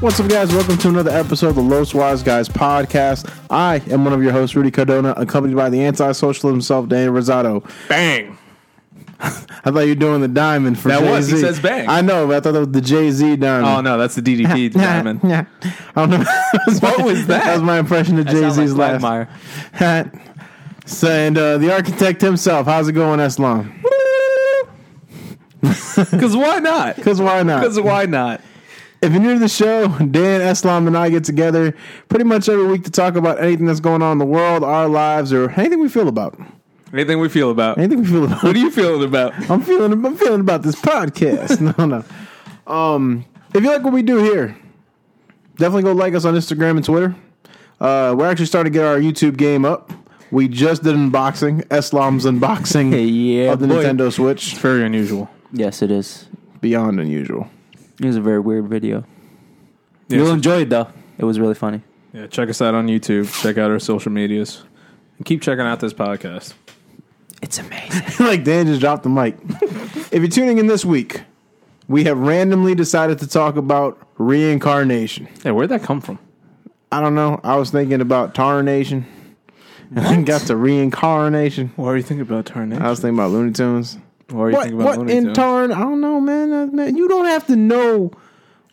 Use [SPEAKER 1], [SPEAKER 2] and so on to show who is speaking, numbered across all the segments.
[SPEAKER 1] What's up, guys? Welcome to another episode of the Los Wise Guys podcast. I am one of your hosts, Rudy Cardona, accompanied by the anti-social himself, Dan Rosado.
[SPEAKER 2] Bang.
[SPEAKER 1] I thought you were doing the diamond for
[SPEAKER 2] That
[SPEAKER 1] Jay-Z.
[SPEAKER 2] was- he says bang.
[SPEAKER 1] I know, but I thought that was the Jay Z diamond.
[SPEAKER 2] Oh no, that's the DDP
[SPEAKER 1] Nah,
[SPEAKER 2] diamond.
[SPEAKER 1] nah. I don't know.
[SPEAKER 2] What was that?
[SPEAKER 1] That was my impression of Jay
[SPEAKER 2] That
[SPEAKER 1] Z's
[SPEAKER 2] sounds like
[SPEAKER 1] last.
[SPEAKER 2] Quagmire.
[SPEAKER 1] so, and uh, the architect himself. How's it going, Eslam?
[SPEAKER 2] Cause why not?
[SPEAKER 1] Because why not?
[SPEAKER 2] Cause why not?
[SPEAKER 1] If you're new to the show, Dan, Eslam, and I get together pretty much every week to talk about anything that's going on in the world, our lives, or anything we feel about.
[SPEAKER 2] Anything we feel about.
[SPEAKER 1] Anything we feel about.
[SPEAKER 2] What are you feeling about?
[SPEAKER 1] I'm feeling I'm feeling about this podcast. No, no. Um, if you like what we do here, definitely go like us on Instagram and Twitter. Uh, we're actually starting to get our YouTube game up. We just did an unboxing, Eslam's unboxing
[SPEAKER 2] yeah,
[SPEAKER 1] of the
[SPEAKER 2] boy.
[SPEAKER 1] Nintendo Switch.
[SPEAKER 2] Very unusual.
[SPEAKER 3] Yes, it is.
[SPEAKER 1] Beyond unusual.
[SPEAKER 3] It was a very weird video.
[SPEAKER 2] Yeah,
[SPEAKER 3] You'll
[SPEAKER 2] so-
[SPEAKER 3] enjoy it though. It was really funny.
[SPEAKER 2] yeah, check us out on YouTube. Check out our social medias. And keep checking out this podcast.
[SPEAKER 3] It's amazing.
[SPEAKER 1] like Dan just dropped the mic. if you're tuning in this week, we have randomly decided to talk about reincarnation.
[SPEAKER 2] Hey, where'd that come from?
[SPEAKER 1] I don't know. I was thinking about tarnation. And then got to reincarnation.
[SPEAKER 2] What are you thinking about Tarnation?
[SPEAKER 1] I was thinking about Looney Tunes.
[SPEAKER 2] what are you
[SPEAKER 1] What,
[SPEAKER 2] thinking about
[SPEAKER 1] what
[SPEAKER 2] Looney
[SPEAKER 1] in
[SPEAKER 2] Tunes?
[SPEAKER 1] turn? I don't know, man. Uh, man. You don't have to know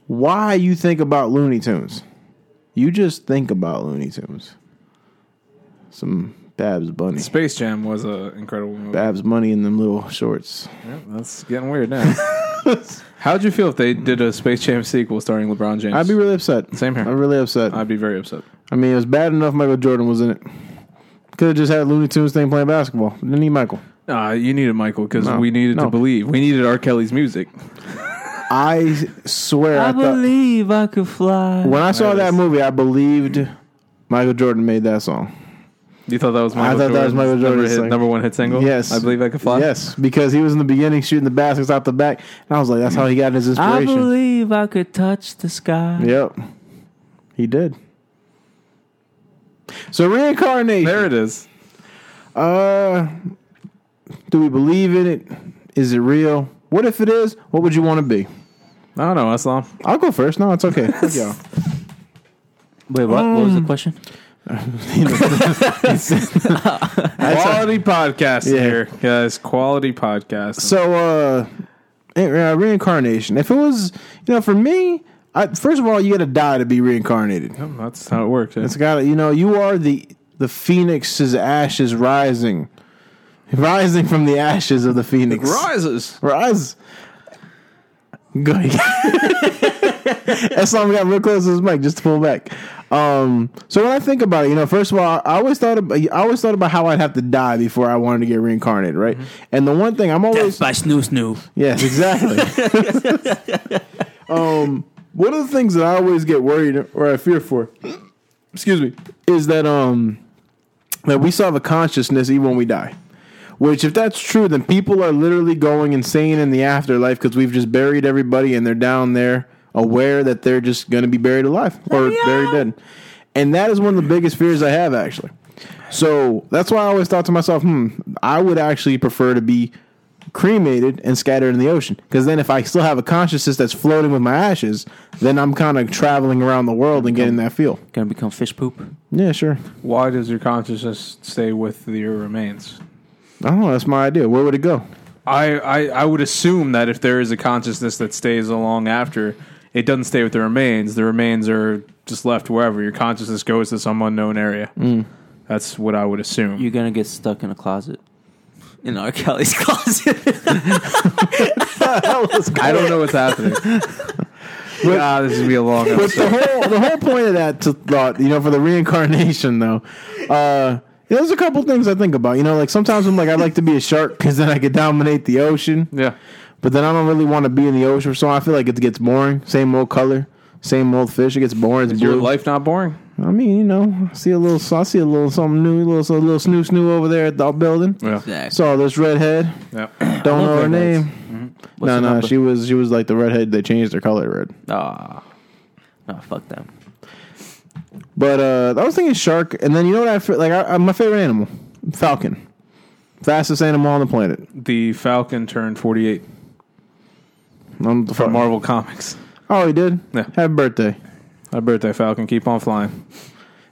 [SPEAKER 1] why you think about Looney Tunes. You just think about Looney Tunes. Some Babs Bunny.
[SPEAKER 2] Space Jam was an incredible movie.
[SPEAKER 1] Babs Bunny in them little shorts.
[SPEAKER 2] Yeah, that's getting weird now. How'd you feel if they did a Space Jam sequel starring LeBron James?
[SPEAKER 1] I'd be really upset.
[SPEAKER 2] Same here.
[SPEAKER 1] I'm really upset.
[SPEAKER 2] I'd be very upset.
[SPEAKER 1] I mean, it was bad enough Michael Jordan was in it. Could have just had Looney Tunes thing playing basketball. Didn't need Michael.
[SPEAKER 2] Uh, you needed Michael because
[SPEAKER 1] No,
[SPEAKER 2] we needed
[SPEAKER 1] no.
[SPEAKER 2] to believe. We needed R. Kelly's music.
[SPEAKER 1] I swear, I,
[SPEAKER 3] I
[SPEAKER 1] thought,
[SPEAKER 3] believe I could fly.
[SPEAKER 1] when I saw
[SPEAKER 2] There it
[SPEAKER 1] that
[SPEAKER 2] is.
[SPEAKER 1] movie, I believed Michael Jordan made that song.
[SPEAKER 2] You thought that was
[SPEAKER 1] I
[SPEAKER 2] Michael
[SPEAKER 1] thought that
[SPEAKER 2] Jordan's
[SPEAKER 1] was Michael
[SPEAKER 2] number,
[SPEAKER 1] Jordan's
[SPEAKER 2] hit,
[SPEAKER 1] single.
[SPEAKER 2] number one hit single?
[SPEAKER 1] Yes.
[SPEAKER 2] I believe I could fly?
[SPEAKER 1] Yes, because he was in the beginning shooting the baskets out the back, and I was like, that's how he got his
[SPEAKER 3] I
[SPEAKER 1] inspiration.
[SPEAKER 3] believe I could touch the sky.
[SPEAKER 1] Yep, he did. So reincarnation.
[SPEAKER 2] There it is.
[SPEAKER 1] Uh, do we believe in it? Is it real? What if it is? What would you want to be?
[SPEAKER 2] I don't know, Aslam.
[SPEAKER 1] I'll go first. No, it's okay. Fuck y'all.
[SPEAKER 3] Wait, what? what was the question?
[SPEAKER 2] Quality podcast
[SPEAKER 1] Yeah.
[SPEAKER 2] here, guys. Quality podcast.
[SPEAKER 1] So, uh, eh, uh, reincarnation. If it was, you know, for me, I, first of all, you got to die to be reincarnated.
[SPEAKER 2] that's how it works. eh?
[SPEAKER 1] It's got you know you are the the phoenix's ashes rising, rising from the ashes of the phoenix.
[SPEAKER 2] rises.
[SPEAKER 1] Rise. Good. That's why we got real close to this mic just to pull back. Um, so when I think about it, you know, first of all, I always thought about, I always thought about how I'd have to die before I wanted to get reincarnated, right? And the one thing I'm always
[SPEAKER 3] by Snoo Snoo.
[SPEAKER 1] Yes, exactly. um, one of the things that I always get worried or I fear for, excuse me, is that um that we still have a consciousness even when we die. Which, if that's true, then people are literally going insane in the afterlife because we've just buried everybody and they're down there aware that they're just going to be buried alive or buried dead. And that is one of the biggest fears I have, actually. So that's why I always thought to myself, hmm, I would actually prefer to be cremated and scattered in the ocean. Because then, if I still have a consciousness that's floating with my ashes, then I'm kind of traveling around the world and getting that feel.
[SPEAKER 3] Gonna become fish poop.
[SPEAKER 1] Yeah, sure.
[SPEAKER 2] Why does your consciousness stay with your remains?
[SPEAKER 1] I don't know. That's my idea. Where would it go?
[SPEAKER 2] I, I, I would assume that if there is a consciousness that stays along after, it doesn't stay with the remains. The remains are just left wherever. Your consciousness goes to some unknown area.
[SPEAKER 1] Mm.
[SPEAKER 2] That's what I would assume.
[SPEAKER 3] You're gonna get stuck in a closet. In R. Kelly's closet.
[SPEAKER 2] I don't know what's happening. ah, this is gonna be a long
[SPEAKER 1] But the
[SPEAKER 2] episode.
[SPEAKER 1] whole the whole point of that to thought, you know, for the reincarnation though, uh, there's a couple things I think about. You know, like sometimes I'm like, I'd like to be a shark because then I could dominate the ocean.
[SPEAKER 2] Yeah,
[SPEAKER 1] But then I don't really want to be in the ocean, so I feel like it gets boring. Same old color, Same old fish. It gets boring. It's
[SPEAKER 2] Is your
[SPEAKER 1] blue.
[SPEAKER 2] life not boring?
[SPEAKER 1] I mean, you know, I see a little. I see a little something new. A little, a little snoo snoo over there at the building.
[SPEAKER 2] Yeah.
[SPEAKER 3] Exactly.
[SPEAKER 1] Saw this redhead.
[SPEAKER 2] Yeah.
[SPEAKER 1] Don't know her
[SPEAKER 3] redheads. Mm-hmm.
[SPEAKER 1] name.
[SPEAKER 3] What's
[SPEAKER 1] no,
[SPEAKER 3] the
[SPEAKER 1] no,
[SPEAKER 3] number?
[SPEAKER 1] she was she was like the redhead. They changed her color to red.
[SPEAKER 3] Ah, no, fuck them.
[SPEAKER 1] But uh, I was thinking shark, and then you know what I fe- like? I, I, my favorite animal, falcon, fastest animal on the planet.
[SPEAKER 2] The Falcon turned 48
[SPEAKER 1] I'm the
[SPEAKER 2] from
[SPEAKER 1] fuck-
[SPEAKER 2] Marvel Comics.
[SPEAKER 1] Oh, he did.
[SPEAKER 2] Yeah.
[SPEAKER 1] Happy birthday.
[SPEAKER 2] My birthday, Falcon. Keep on flying.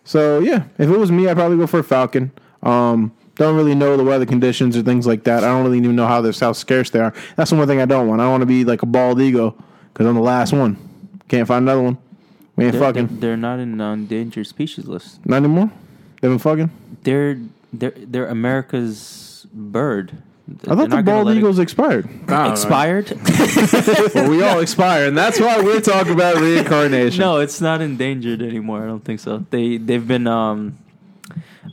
[SPEAKER 1] So yeah, if it was me, I'd probably go for a falcon. Um, don't really know the weather conditions or things like that. I don't really even know how this how scarce they are. That's the one thing I don't want. I don't want to be like a bald eagle because I'm the last one. Can't find another one. We ain't
[SPEAKER 3] They're,
[SPEAKER 1] fucking
[SPEAKER 3] They're, they're not in endangered species list.
[SPEAKER 1] not anymore. They've been fucking.
[SPEAKER 3] They're they're they're America's bird.
[SPEAKER 1] I thought the bald eagles expired.
[SPEAKER 3] expired.
[SPEAKER 2] Well, we all expire, and that's why we're talking about reincarnation.
[SPEAKER 3] no, it's not endangered anymore. I don't think so. They they've been um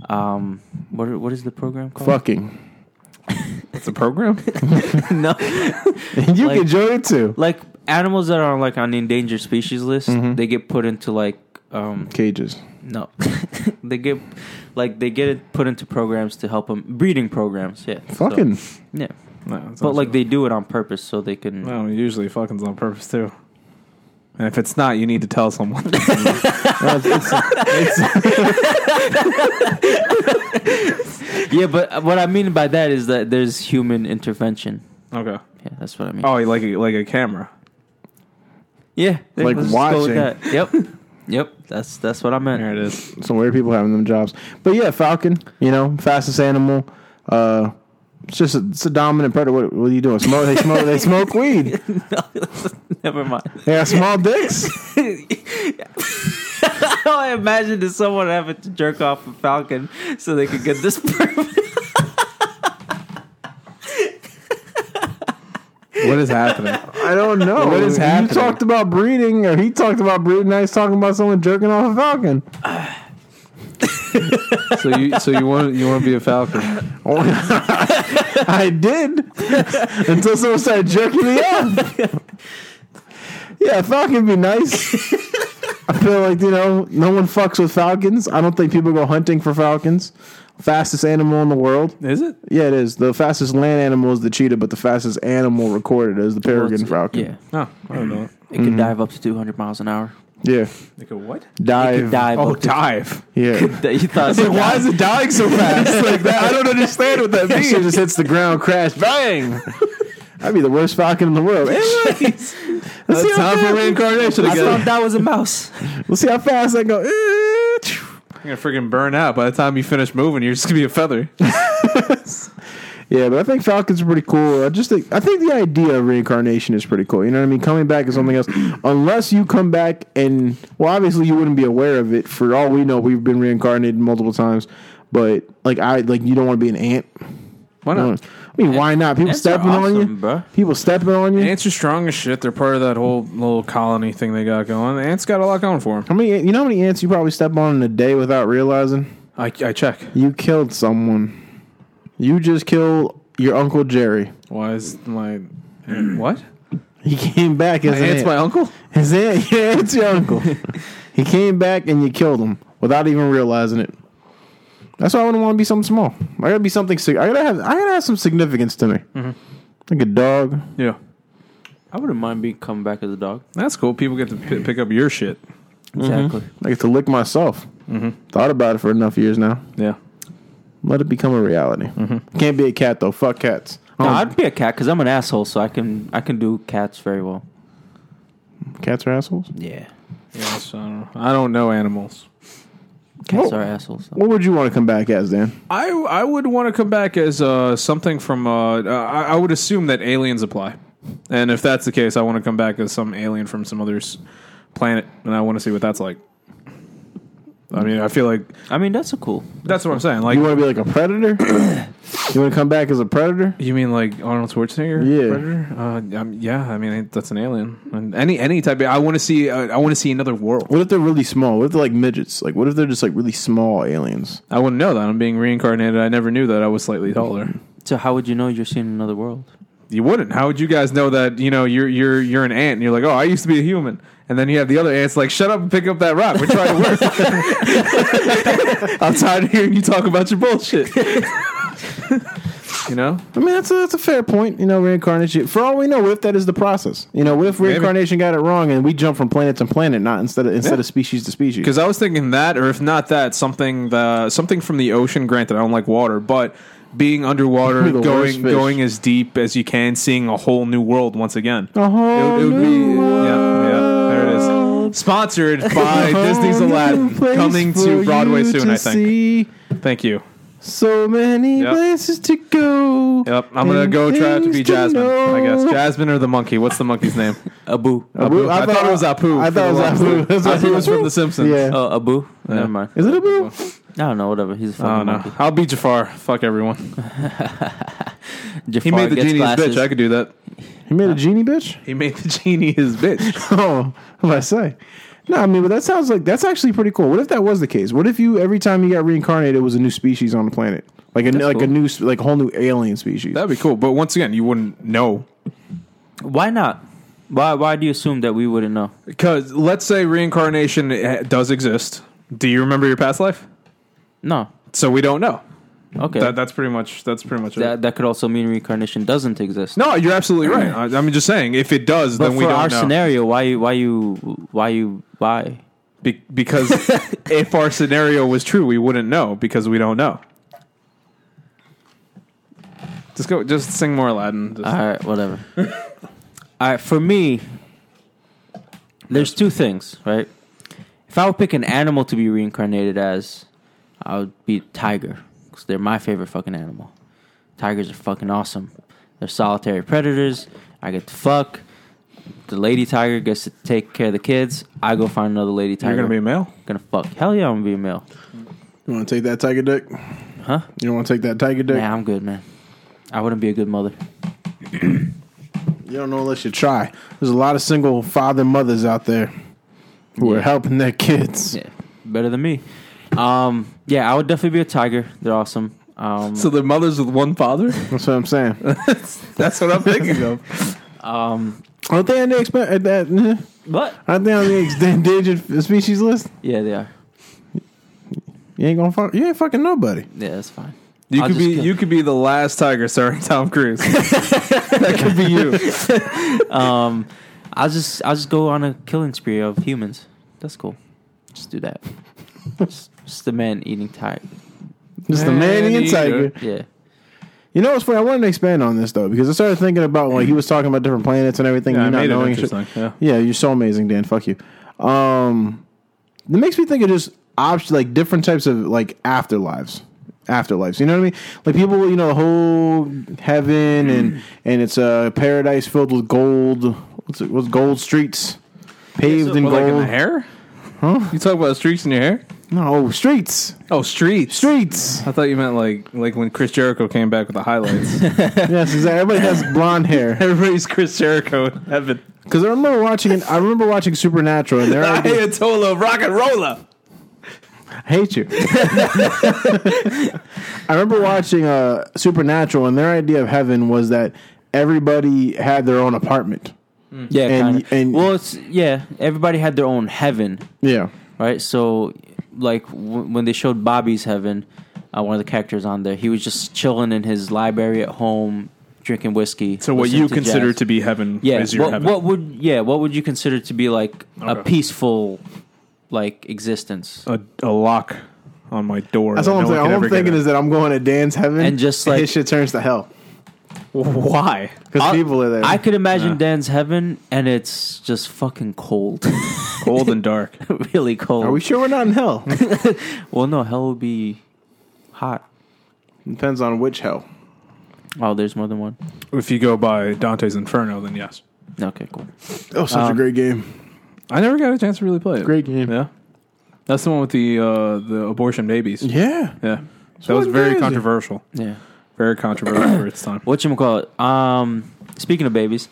[SPEAKER 3] um what are- what is the program called?
[SPEAKER 1] Fucking.
[SPEAKER 2] It's a program.
[SPEAKER 3] no,
[SPEAKER 1] you
[SPEAKER 3] Like-
[SPEAKER 1] can join it too.
[SPEAKER 3] like animals that are like on the endangered species list,
[SPEAKER 2] Mm-hmm.
[SPEAKER 1] Mhm.
[SPEAKER 3] they get put into like um
[SPEAKER 1] Cages.
[SPEAKER 3] no, they get like they get it put into programs to help them breeding programs. Yeah, so-
[SPEAKER 1] Fucking.
[SPEAKER 3] yeah,
[SPEAKER 2] No, it's
[SPEAKER 3] but
[SPEAKER 2] not
[SPEAKER 3] like
[SPEAKER 2] so.
[SPEAKER 3] they do it on purpose so they can.
[SPEAKER 2] No, usually fucking's on purpose too. And if it's not, you need to tell someone.
[SPEAKER 3] Yeah, but uh, what I mean by that is that there's human intervention.
[SPEAKER 2] okay.
[SPEAKER 3] Yeah, that's what I mean.
[SPEAKER 2] Oh, like a, like a camera.
[SPEAKER 3] Yeah,
[SPEAKER 1] Like
[SPEAKER 3] let's just go
[SPEAKER 1] watching.
[SPEAKER 3] with that. Yep, yep. That's that's what I meant.
[SPEAKER 2] There it is.
[SPEAKER 1] Some weird people having them jobs. But yeah, falcon. You know, fastest animal. Uh, it's just a, it's a dominant predator. What, what are you doing? Smoke? They smoke. They smoke weed.
[SPEAKER 3] Never mind.
[SPEAKER 1] They got small dicks.
[SPEAKER 3] All Oh, I imagined is someone having to jerk off a falcon so they could get this perfect.
[SPEAKER 2] What is happening?
[SPEAKER 1] I don't know
[SPEAKER 2] What is
[SPEAKER 1] You
[SPEAKER 2] happening?
[SPEAKER 1] talked about breeding, or he talked about breeding. Now he's talking about someone jerking off a falcon.
[SPEAKER 2] so you so you want you want to be a falcon?
[SPEAKER 1] I did until someone started jerking me off. yeah, a falcon would be nice. I feel like you know, no one fucks with falcons. I don't think people go hunting for falcons. Fastest animal in the world.
[SPEAKER 2] Is it?
[SPEAKER 1] Yeah, it is. The fastest land animal is the cheetah, but the fastest animal recorded is the peregrine falcon. Oh. Mm-hmm.
[SPEAKER 3] Yeah,
[SPEAKER 2] No, I don't know.
[SPEAKER 3] it can dive up to 200 miles an hour.
[SPEAKER 1] Yeah.
[SPEAKER 2] Like a what?
[SPEAKER 1] Dive.
[SPEAKER 3] It could dive.
[SPEAKER 2] Oh,
[SPEAKER 3] up to-
[SPEAKER 2] dive.
[SPEAKER 1] Yeah.
[SPEAKER 3] that you thought.
[SPEAKER 1] Like, why is it dying so fast? Like that, I don't understand what that means. It just hits the ground, crash, bang. I'd be the worst falcon in the world. Hey, look, it's- let's, see how
[SPEAKER 2] time for
[SPEAKER 1] fast,
[SPEAKER 2] reincarnation
[SPEAKER 3] I
[SPEAKER 2] again.
[SPEAKER 3] thought that was a mouse.
[SPEAKER 1] let's see how fast I go. Eh, phew.
[SPEAKER 2] You're gonna freaking burn out by the time you finish moving. You're just gonna be a feather.
[SPEAKER 1] Yeah, but I think falcons are pretty cool. I just think I think the idea of reincarnation is pretty cool. You know what I mean? Coming back is something else. Unless you come back and well, obviously you wouldn't be aware of it. For all we know, we've been reincarnated multiple times. But like I like you don't want to be an ant.
[SPEAKER 2] Why
[SPEAKER 1] I
[SPEAKER 2] not?
[SPEAKER 1] mean, why not? People
[SPEAKER 3] Ants are
[SPEAKER 1] stepping on you.
[SPEAKER 3] awesome, bruh.
[SPEAKER 1] People stepping on you.
[SPEAKER 2] Ants are strong as shit. They're part of that whole little colony thing they got going. The ants got a lot going for them.
[SPEAKER 1] How many? You know how many ants you probably step on in a day without realizing?
[SPEAKER 2] I, I check.
[SPEAKER 1] You killed someone. You just killed your uncle Jerry.
[SPEAKER 2] Why is my what?
[SPEAKER 1] He came back as an
[SPEAKER 2] It's
[SPEAKER 1] ant.
[SPEAKER 2] my uncle.
[SPEAKER 1] His aunt, yeah, it's your uncle. he came back and you killed him without even realizing it. That's why I wouldn't want to be something small. I gotta be something. sig- I gotta have. I gotta have some significance to me.
[SPEAKER 3] Mm-hmm.
[SPEAKER 1] Like a dog.
[SPEAKER 2] Yeah,
[SPEAKER 3] I wouldn't mind being coming back as a dog.
[SPEAKER 2] that's cool. People get to p- pick up your shit.
[SPEAKER 3] Exactly.
[SPEAKER 1] I get to lick myself.
[SPEAKER 3] Mm-hmm.
[SPEAKER 1] Thought about it for enough years now.
[SPEAKER 2] Yeah,
[SPEAKER 1] Let it become a reality. Can't be a cat though. Fuck cats.
[SPEAKER 3] Mm-hmm.
[SPEAKER 1] Oh,
[SPEAKER 3] No, I'd be a cat because I'm an asshole, so I can I can do cats very well.
[SPEAKER 1] Cats are assholes.
[SPEAKER 3] Yeah,
[SPEAKER 2] Yes, I, don't know. I don't know animals.
[SPEAKER 3] cats
[SPEAKER 1] Oh.
[SPEAKER 3] are assholes.
[SPEAKER 1] What would you want to come back as, Dan?
[SPEAKER 2] I I would want to come back as uh, something from. Uh, I, I would assume that aliens apply, and if that's the case, I want to come back as some alien from some other s- planet, and I want to see what that's like. I mean, I feel like
[SPEAKER 3] I mean, that's a cool.
[SPEAKER 2] that's what I'm saying. Like,
[SPEAKER 1] You want to be like a predator? you want to come back as a predator?
[SPEAKER 2] You mean like Arnold Schwarzenegger?
[SPEAKER 1] Yeah.
[SPEAKER 2] Predator? Uh, um, yeah. I mean that's an alien. And any any type. Of, I want to see. Uh, I want to see another world.
[SPEAKER 1] What if they're really small? What if they're like midgets? Like, what if they're just like really small aliens?
[SPEAKER 2] I wouldn't know that I'm being reincarnated. I never knew that I was slightly taller.
[SPEAKER 3] So how would you know you're seeing another world?
[SPEAKER 2] You wouldn't. How would you guys know that? You know, you're you're you're an ant, and you're like, oh, I used to be a human, and And then you have the other ants like, shut up and pick up that rock. We're trying to work. I'm tired of hearing you talk about your bullshit. you know?
[SPEAKER 1] I mean, that's a, that's a fair point. You know, reincarnation. For all we know, what if that is the process? You know, what if reincarnation got it wrong and we jump from planet to planet, not instead of instead
[SPEAKER 2] Yeah.
[SPEAKER 1] of species to species?
[SPEAKER 2] Because I was thinking that, or if not that, something the something from the ocean. Granted, I don't like water, but being underwater,
[SPEAKER 1] You're the worst
[SPEAKER 2] going
[SPEAKER 1] fish.
[SPEAKER 2] going as deep as you can, seeing a whole new world once again.
[SPEAKER 1] a whole
[SPEAKER 2] It would- it would be-
[SPEAKER 1] new world.
[SPEAKER 2] yeah, yeah, there it is. Sponsored by
[SPEAKER 1] A whole
[SPEAKER 2] Disney's
[SPEAKER 1] new
[SPEAKER 2] Aladdin,
[SPEAKER 1] place
[SPEAKER 2] coming
[SPEAKER 1] for
[SPEAKER 2] to Broadway
[SPEAKER 1] you
[SPEAKER 2] soon.
[SPEAKER 1] to
[SPEAKER 2] I think.
[SPEAKER 1] see.
[SPEAKER 2] Thank you.
[SPEAKER 1] So many
[SPEAKER 2] Yep.
[SPEAKER 1] places to go.
[SPEAKER 2] Yep, I'm gonna
[SPEAKER 1] and
[SPEAKER 2] go try out to
[SPEAKER 1] things
[SPEAKER 2] be Jasmine. I guess
[SPEAKER 1] know.
[SPEAKER 2] Jasmine or the monkey. What's the monkey's name?
[SPEAKER 3] Abu.
[SPEAKER 1] Abu-
[SPEAKER 2] I, thought, it was Apu.
[SPEAKER 1] I
[SPEAKER 2] for
[SPEAKER 1] thought it
[SPEAKER 2] the
[SPEAKER 1] was Apu.
[SPEAKER 2] longest-
[SPEAKER 1] That's what I
[SPEAKER 2] Apu was
[SPEAKER 1] thought.
[SPEAKER 2] from The Simpsons.
[SPEAKER 1] Yeah.
[SPEAKER 3] Oh, Abu. Never mind.
[SPEAKER 1] Is it Abu?
[SPEAKER 3] I don't know. Whatever. He's a fucking
[SPEAKER 2] Oh no!
[SPEAKER 3] monkey.
[SPEAKER 2] I'll be Jafar. Fuck everyone.
[SPEAKER 3] Jafar
[SPEAKER 2] He made the
[SPEAKER 3] gets
[SPEAKER 2] genie his
[SPEAKER 3] glasses.
[SPEAKER 2] bitch. I could do that.
[SPEAKER 1] He made a genie bitch.
[SPEAKER 2] He made the genie his bitch.
[SPEAKER 1] Oh, what I say? No, I mean, but that sounds like that's actually pretty cool. What if that was the case? What if you every time you got reincarnated, it was a new species on the planet, like a like a
[SPEAKER 3] cool.
[SPEAKER 1] new sp- like a whole new alien species?
[SPEAKER 2] That'd be cool. But once again, you wouldn't know
[SPEAKER 3] Why not? Why? Why do you assume that we wouldn't know?
[SPEAKER 2] because let's say reincarnation eh, does exist. Do you remember your past life?
[SPEAKER 3] No.
[SPEAKER 2] So we don't know.
[SPEAKER 3] Okay.
[SPEAKER 2] That,
[SPEAKER 3] That,
[SPEAKER 2] that's pretty much. That's pretty much it.
[SPEAKER 3] that, could also mean reincarnation doesn't exist.
[SPEAKER 2] No, you're absolutely right. I, I'm just saying, if it does,
[SPEAKER 3] But
[SPEAKER 2] then
[SPEAKER 3] for
[SPEAKER 2] we don't
[SPEAKER 3] our
[SPEAKER 2] know.
[SPEAKER 3] scenario, why? you- Why you? Why you? Why?
[SPEAKER 2] Be- because if our scenario was true, we wouldn't know because we don't know. Just go. Just sing more Aladdin. Just,
[SPEAKER 3] All right. Whatever. All right. For me, there's two things, right? If I would pick an animal to be reincarnated as, I would be tiger because they're my favorite fucking animal. Tigers are fucking awesome. They're solitary predators. I get to fuck. The lady tiger gets to take care of the kids. I go find another lady tiger.
[SPEAKER 2] you're gonna be a male.
[SPEAKER 3] gonna fuck. Hell yeah, I'm gonna be a male.
[SPEAKER 1] You want to take that tiger dick?
[SPEAKER 3] Huh?
[SPEAKER 1] You don't want to take that tiger dick?
[SPEAKER 3] Nah, I'm good, man. I wouldn't be a good mother.
[SPEAKER 1] You don't know unless you try. There's a lot of single father mothers out there who are
[SPEAKER 3] Yeah.
[SPEAKER 1] helping their kids.
[SPEAKER 3] Yeah, better than me. Um, yeah, I would definitely be a tiger. They're awesome. Um,
[SPEAKER 2] So the mother's with one father.
[SPEAKER 1] That's what I'm saying.
[SPEAKER 2] That's what I'm thinking of.
[SPEAKER 3] um,
[SPEAKER 1] Aren't they on the exp- uh, that? uh,
[SPEAKER 3] but
[SPEAKER 1] Aren't they on the ex- endangered species list?
[SPEAKER 3] yeah, they are.
[SPEAKER 1] You ain't gonna fuck. You ain't fucking nobody.
[SPEAKER 3] Yeah, that's fine.
[SPEAKER 2] You
[SPEAKER 3] I'll
[SPEAKER 2] could
[SPEAKER 3] just
[SPEAKER 2] be
[SPEAKER 3] kill-
[SPEAKER 2] you could be the last tiger starring Tom Cruise. that could be you.
[SPEAKER 3] Um, I'll just I'll just go on a killing spree of humans. That's cool. Just do that. just, just the man eating tiger.
[SPEAKER 1] Just the
[SPEAKER 2] Man
[SPEAKER 1] man and
[SPEAKER 2] eater.
[SPEAKER 1] tiger.
[SPEAKER 3] Yeah.
[SPEAKER 1] You know what's funny? I wanted to expand on this though because I started thinking about like he was talking about different planets and everything.
[SPEAKER 2] Yeah, I
[SPEAKER 1] you not
[SPEAKER 2] made it
[SPEAKER 1] knowing shit.
[SPEAKER 2] interesting, yeah.
[SPEAKER 1] yeah, you're so amazing, Dan. Fuck you. Um, it makes me think of just op- like different types of like afterlives. Afterlives, you know what I mean? Like people, you know, the whole heaven
[SPEAKER 2] Mm.
[SPEAKER 1] and and it's a paradise filled with gold. What's it? What's gold streets paved in
[SPEAKER 2] What,
[SPEAKER 1] gold?
[SPEAKER 2] like in the hair? Huh? You talk about streaks in your hair?
[SPEAKER 1] No streets,
[SPEAKER 2] Oh, streets.
[SPEAKER 1] streets.
[SPEAKER 2] I thought you meant like like when Chris Jericho came back with the highlights.
[SPEAKER 1] yes, exactly. Everybody has blonde hair.
[SPEAKER 2] Everybody's Chris Jericho in heaven.
[SPEAKER 1] Because I remember watching, I remember watching Supernatural, and there I
[SPEAKER 2] Ayatollah of rock and roller.
[SPEAKER 1] hate you. I remember watching uh, Supernatural, and their idea of heaven was that everybody had their own apartment.
[SPEAKER 3] Yeah.
[SPEAKER 1] And-
[SPEAKER 3] kinda.
[SPEAKER 1] and-
[SPEAKER 3] well, it's yeah. Everybody had their own heaven,
[SPEAKER 1] Yeah,
[SPEAKER 3] right? So, like w- when they showed Bobby's Heaven, uh, one of the characters on there, he was just chilling in his library at home, drinking whiskey.
[SPEAKER 2] So what
[SPEAKER 3] listening
[SPEAKER 2] you consider
[SPEAKER 3] jazz.
[SPEAKER 2] to be heaven
[SPEAKER 3] yeah,
[SPEAKER 2] is your
[SPEAKER 3] what,
[SPEAKER 2] heaven.
[SPEAKER 3] what would yeah, what would you consider to be like a
[SPEAKER 2] Okay.
[SPEAKER 3] peaceful, like existence?
[SPEAKER 2] a, a lock on my door.
[SPEAKER 1] that's
[SPEAKER 2] that
[SPEAKER 1] all I'm
[SPEAKER 2] no one
[SPEAKER 1] saying.
[SPEAKER 2] could
[SPEAKER 1] All
[SPEAKER 2] ever
[SPEAKER 1] I'm
[SPEAKER 2] get
[SPEAKER 1] thinking
[SPEAKER 2] in.
[SPEAKER 1] is that I'm going to Dan's heaven,
[SPEAKER 3] And just like-
[SPEAKER 1] his shit turns to hell
[SPEAKER 2] why?
[SPEAKER 1] because
[SPEAKER 3] I-
[SPEAKER 1] people are there.
[SPEAKER 3] I could imagine Dan's heaven, and it's just fucking cold,
[SPEAKER 2] Cold and dark.
[SPEAKER 3] really cold.
[SPEAKER 1] are we sure we're not in hell?
[SPEAKER 3] well, no, hell would be hot.
[SPEAKER 1] Depends on which hell.
[SPEAKER 3] Oh, there's more than one.
[SPEAKER 2] if you go by Dante's Inferno, then yes.
[SPEAKER 3] Okay, cool.
[SPEAKER 1] Oh, such
[SPEAKER 3] Um,
[SPEAKER 1] a great game.
[SPEAKER 2] I never got a chance to really play it.
[SPEAKER 1] Great game.
[SPEAKER 2] Yeah. That's the one with the uh, the abortion babies. Yeah.
[SPEAKER 1] Yeah,
[SPEAKER 2] That was
[SPEAKER 1] fucking
[SPEAKER 2] very
[SPEAKER 1] crazy.
[SPEAKER 2] controversial.
[SPEAKER 3] Yeah.
[SPEAKER 2] Very controversial for its time.
[SPEAKER 3] what you call it? Um, speaking of babies,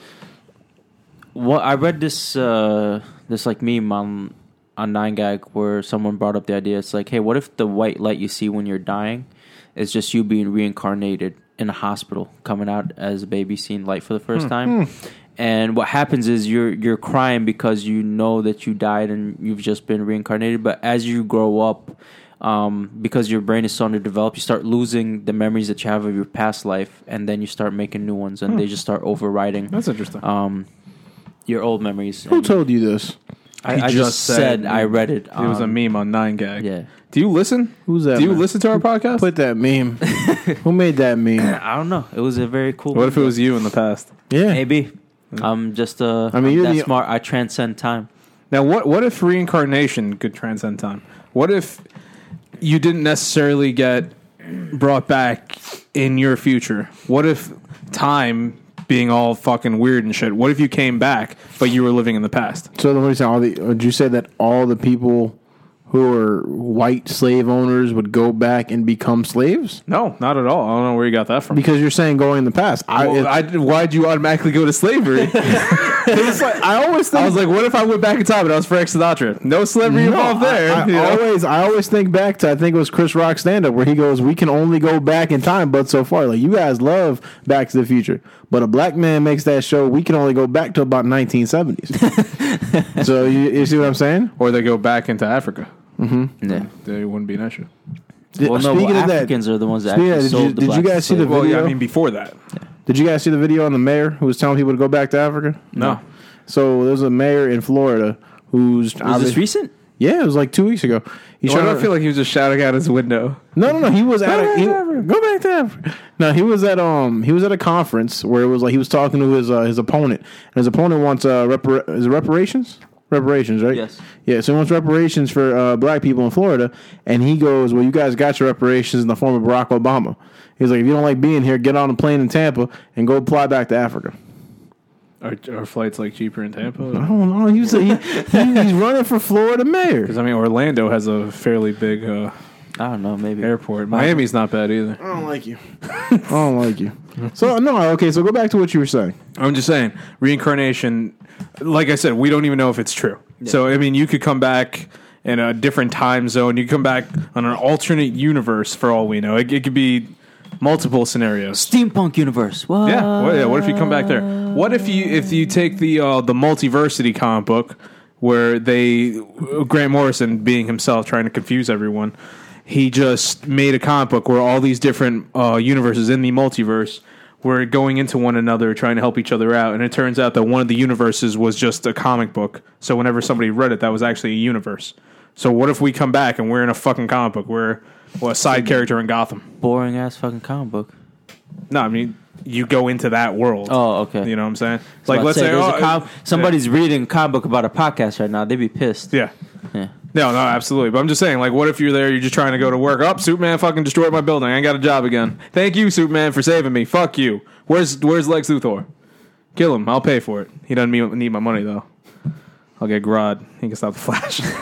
[SPEAKER 3] what I read this uh, this like meme on on Nine Gag where someone brought up the idea. It's like, hey, what if the white light you see when you're dying is just you being reincarnated in a hospital, coming out as a baby, seeing light for the first time, and what happens is you're you're crying because you know that you died and you've just been reincarnated. But as you grow up, um, because your brain is so underdeveloped, you start losing the memories that you have of your past life, and then you start making new ones, and they just start overriding
[SPEAKER 2] That's interesting.
[SPEAKER 3] um, your old memories.
[SPEAKER 1] Who
[SPEAKER 3] And
[SPEAKER 1] told you this?
[SPEAKER 3] I,
[SPEAKER 2] He
[SPEAKER 3] I
[SPEAKER 2] just
[SPEAKER 3] just said,
[SPEAKER 2] said-
[SPEAKER 3] I read it. um,
[SPEAKER 2] it was a
[SPEAKER 3] on-
[SPEAKER 2] meme on Nine Gag.
[SPEAKER 3] Yeah.
[SPEAKER 2] Do you listen?
[SPEAKER 1] Who's that
[SPEAKER 2] Do you
[SPEAKER 1] man?
[SPEAKER 2] listen to our podcast?
[SPEAKER 1] Put that meme. Who made that meme?
[SPEAKER 3] I don't know. It was a very cool.
[SPEAKER 2] what if it was you in the past?
[SPEAKER 1] Yeah.
[SPEAKER 3] Maybe. I'm just uh, I
[SPEAKER 1] mean, e-
[SPEAKER 3] mean,
[SPEAKER 1] you're
[SPEAKER 3] that
[SPEAKER 1] the-
[SPEAKER 3] smart. I transcend time.
[SPEAKER 2] Now, what what if reincarnation could transcend time? What if you didn't necessarily get brought back in your future? What if time being all fucking weird and shit? What if you came back but you were living in the past?
[SPEAKER 1] So then, what do you say? All the would you say that all the people who are white slave owners would go back and become slaves?
[SPEAKER 2] No, not at all. I don't know where you got that from.
[SPEAKER 1] Because you're saying going in the past. I
[SPEAKER 2] Well,
[SPEAKER 1] it-
[SPEAKER 2] I, why'd you automatically go to slavery?
[SPEAKER 1] it's like, I always think
[SPEAKER 2] I was like, what if I went back in time and I was Frank Sinatra? No slavery
[SPEAKER 1] No,
[SPEAKER 2] involved there.
[SPEAKER 1] I, I
[SPEAKER 2] you know?
[SPEAKER 1] always I always think back to I think it was Chris Rock stand up where he goes, We can only go back in time but so far. Like you guys love Back to the Future. But a black man makes that show, we can only go back to about nineteen seventies. so you, you see what I'm saying?
[SPEAKER 2] or they go back into Africa.
[SPEAKER 3] Yeah.
[SPEAKER 2] They wouldn't be an issue.
[SPEAKER 3] Well, no,
[SPEAKER 1] speaking
[SPEAKER 3] well,
[SPEAKER 1] of that,
[SPEAKER 3] Africans are the ones that
[SPEAKER 1] speaking
[SPEAKER 3] actually
[SPEAKER 1] of that, did
[SPEAKER 3] sold
[SPEAKER 1] you-
[SPEAKER 3] the
[SPEAKER 1] did you
[SPEAKER 3] black
[SPEAKER 1] guys see the
[SPEAKER 3] slave.
[SPEAKER 2] Well, yeah, I
[SPEAKER 1] Video?
[SPEAKER 2] mean, before that.
[SPEAKER 1] did you guys see the video on the mayor who was telling people to go back to Africa?
[SPEAKER 2] No.
[SPEAKER 1] So there's a mayor in Florida who's
[SPEAKER 3] Was this recent?
[SPEAKER 1] Yeah, it was like two weeks ago. He's
[SPEAKER 2] Why do
[SPEAKER 1] trying
[SPEAKER 2] Oh, I feel like he was just shouting out his window?
[SPEAKER 1] No, no, no. He was at
[SPEAKER 2] back
[SPEAKER 1] a,
[SPEAKER 2] to
[SPEAKER 1] he-
[SPEAKER 2] Africa.
[SPEAKER 1] go back to Africa. No, he was at um he was at a conference where it was like he was talking to his uh, his opponent, and his opponent wants uh repar- is it reparations reparations right
[SPEAKER 3] Yes.
[SPEAKER 1] yeah so he wants reparations for uh, black people in Florida, and he goes well you guys got your reparations in the form of Barack Obama. He's like if you don't like being here, get on a plane in Tampa and go fly back to Africa.
[SPEAKER 2] Are, are flights like cheaper in
[SPEAKER 1] I
[SPEAKER 2] Tampa?
[SPEAKER 1] don't know. He was he, he- he's running for Florida mayor.
[SPEAKER 2] Because I mean, Orlando has a fairly big uh,
[SPEAKER 3] I don't know. Maybe.
[SPEAKER 2] airport. Miami's not bad either.
[SPEAKER 1] I don't like you. I don't like you. So no, okay. So go back to what you were saying.
[SPEAKER 2] I'm just saying, reincarnation. Like I said, we don't even know if it's true. So I mean, you could come back in a different time zone. You come back on an alternate universe for all we know. It, it could be multiple scenarios.
[SPEAKER 3] Steampunk universe. What?
[SPEAKER 2] Yeah, what, yeah. What if you come back there? What if you if you take the uh, the multiversity comic book where they Grant Morrison being himself trying to confuse everyone, he just made a comic book where all these different uh, universes in the multiverse were going into one another trying to help each other out, and it turns out that one of the universes was just a comic book. So whenever somebody read it, that was actually a universe. So what if we come back and we're in a fucking comic book? We're well, a side character in Gotham.
[SPEAKER 3] Boring ass fucking comic book.
[SPEAKER 2] No, I mean you go into that world.
[SPEAKER 3] Oh, okay.
[SPEAKER 2] You know what I'm saying? Like,
[SPEAKER 3] About to
[SPEAKER 2] let's say,
[SPEAKER 3] there's
[SPEAKER 2] oh,
[SPEAKER 3] a com- somebody's reading a comic book about a podcast right now. They'd be pissed.
[SPEAKER 2] Yeah.
[SPEAKER 3] Yeah.
[SPEAKER 2] No, no, absolutely. But I'm just saying, like, what if you're there, you're just trying to go to work? Up, Superman fucking destroyed my building. I ain't got a job again. Thank you, Superman, for saving me. Fuck you. Where's Where's Lex Luthor? Kill him. I'll pay for it. He doesn't me- need my money though. I'll get Grodd. He can stop the Flash.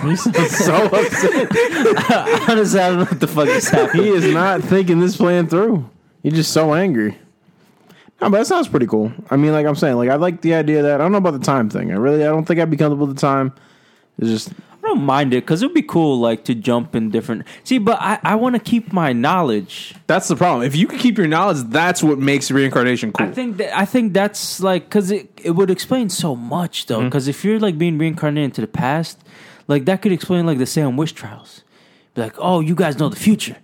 [SPEAKER 2] so upset.
[SPEAKER 3] Honestly, I don't know what the fuck is
[SPEAKER 1] He
[SPEAKER 3] happening.
[SPEAKER 1] is not thinking this plan through. He's just so angry. No, but that sounds pretty cool. I mean, like I'm saying, like I like the idea that I don't know about the time thing. I really, I don't think I'd be comfortable with the time. It's just
[SPEAKER 3] I don't mind it because it would be cool, like to jump in different. See, but I, I want to keep my knowledge.
[SPEAKER 2] That's the problem. If you could keep your knowledge, that's what makes reincarnation cool.
[SPEAKER 3] I think that I think that's like because it it would explain so much though.
[SPEAKER 2] Mm-hmm.
[SPEAKER 3] Because if you're like being reincarnated into the past, like that could explain like the Salem witch trials. Be like, oh, you guys know the future,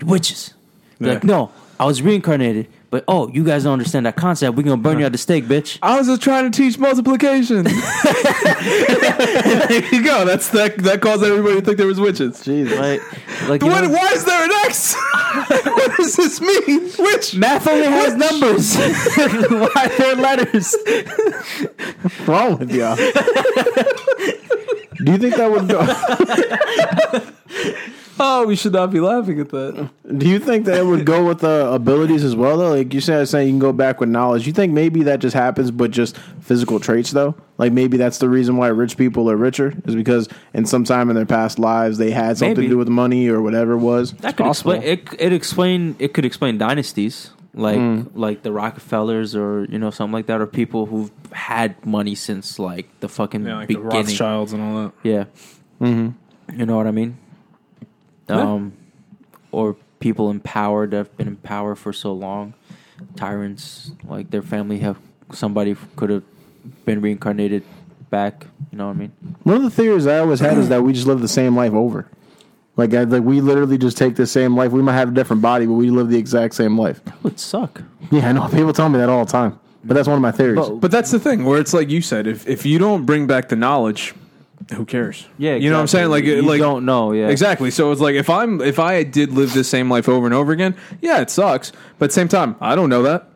[SPEAKER 3] you witches. Be Like,
[SPEAKER 2] Yeah.
[SPEAKER 3] no, I was reincarnated, but oh, you guys don't understand that concept. We're gonna burn you at the stake, bitch.
[SPEAKER 2] I was just trying to teach multiplication. there you go. That's that. That caused everybody to think there was witches.
[SPEAKER 1] Jesus.
[SPEAKER 3] Like, like you
[SPEAKER 2] What,
[SPEAKER 3] know,
[SPEAKER 2] why is there an X? what does this mean? Witch.
[SPEAKER 3] math only has numbers. why are there letters?
[SPEAKER 1] What's wrong with y'all? Do you think that would? Go,
[SPEAKER 2] Oh, we should not be laughing at that.
[SPEAKER 1] do you think that it would go with the abilities as well? Though, like you said, saying you can go back with knowledge. You think maybe that just happens, but just physical traits though. Like maybe that's the reason why rich people are richer is because in some time in their past lives they had something
[SPEAKER 3] Maybe.
[SPEAKER 1] to do with money or whatever it was.
[SPEAKER 3] That could explain it. It explain it could explain dynasties like like the Rockefellers or you know something like that, or people who've had money since like the fucking
[SPEAKER 2] Yeah, like the
[SPEAKER 3] beginning.
[SPEAKER 2] Rothschilds and all that.
[SPEAKER 3] yeah, you know what I mean. Um, or people in power that have been in power for so long, tyrants like their family have somebody could have been reincarnated back. You know what I mean?
[SPEAKER 1] One of the theories I always had is that we just live the same life over. Like, I, like we literally just take the same life. We might have a different body, but we live the exact same life.
[SPEAKER 3] That would suck.
[SPEAKER 1] Yeah, I know. People tell me that all the time, but that's one of my theories.
[SPEAKER 3] But-
[SPEAKER 2] But that's the thing where it's like you said, if if you don't bring back the knowledge, who cares?
[SPEAKER 3] Yeah,
[SPEAKER 2] you know what I'm saying. Like,
[SPEAKER 3] exactly.
[SPEAKER 2] it-
[SPEAKER 3] You
[SPEAKER 2] like
[SPEAKER 3] don't know, yeah.
[SPEAKER 2] exactly. So it's like if I'm if I did live this same life over and over again, yeah, it sucks. But at the same time, I don't know that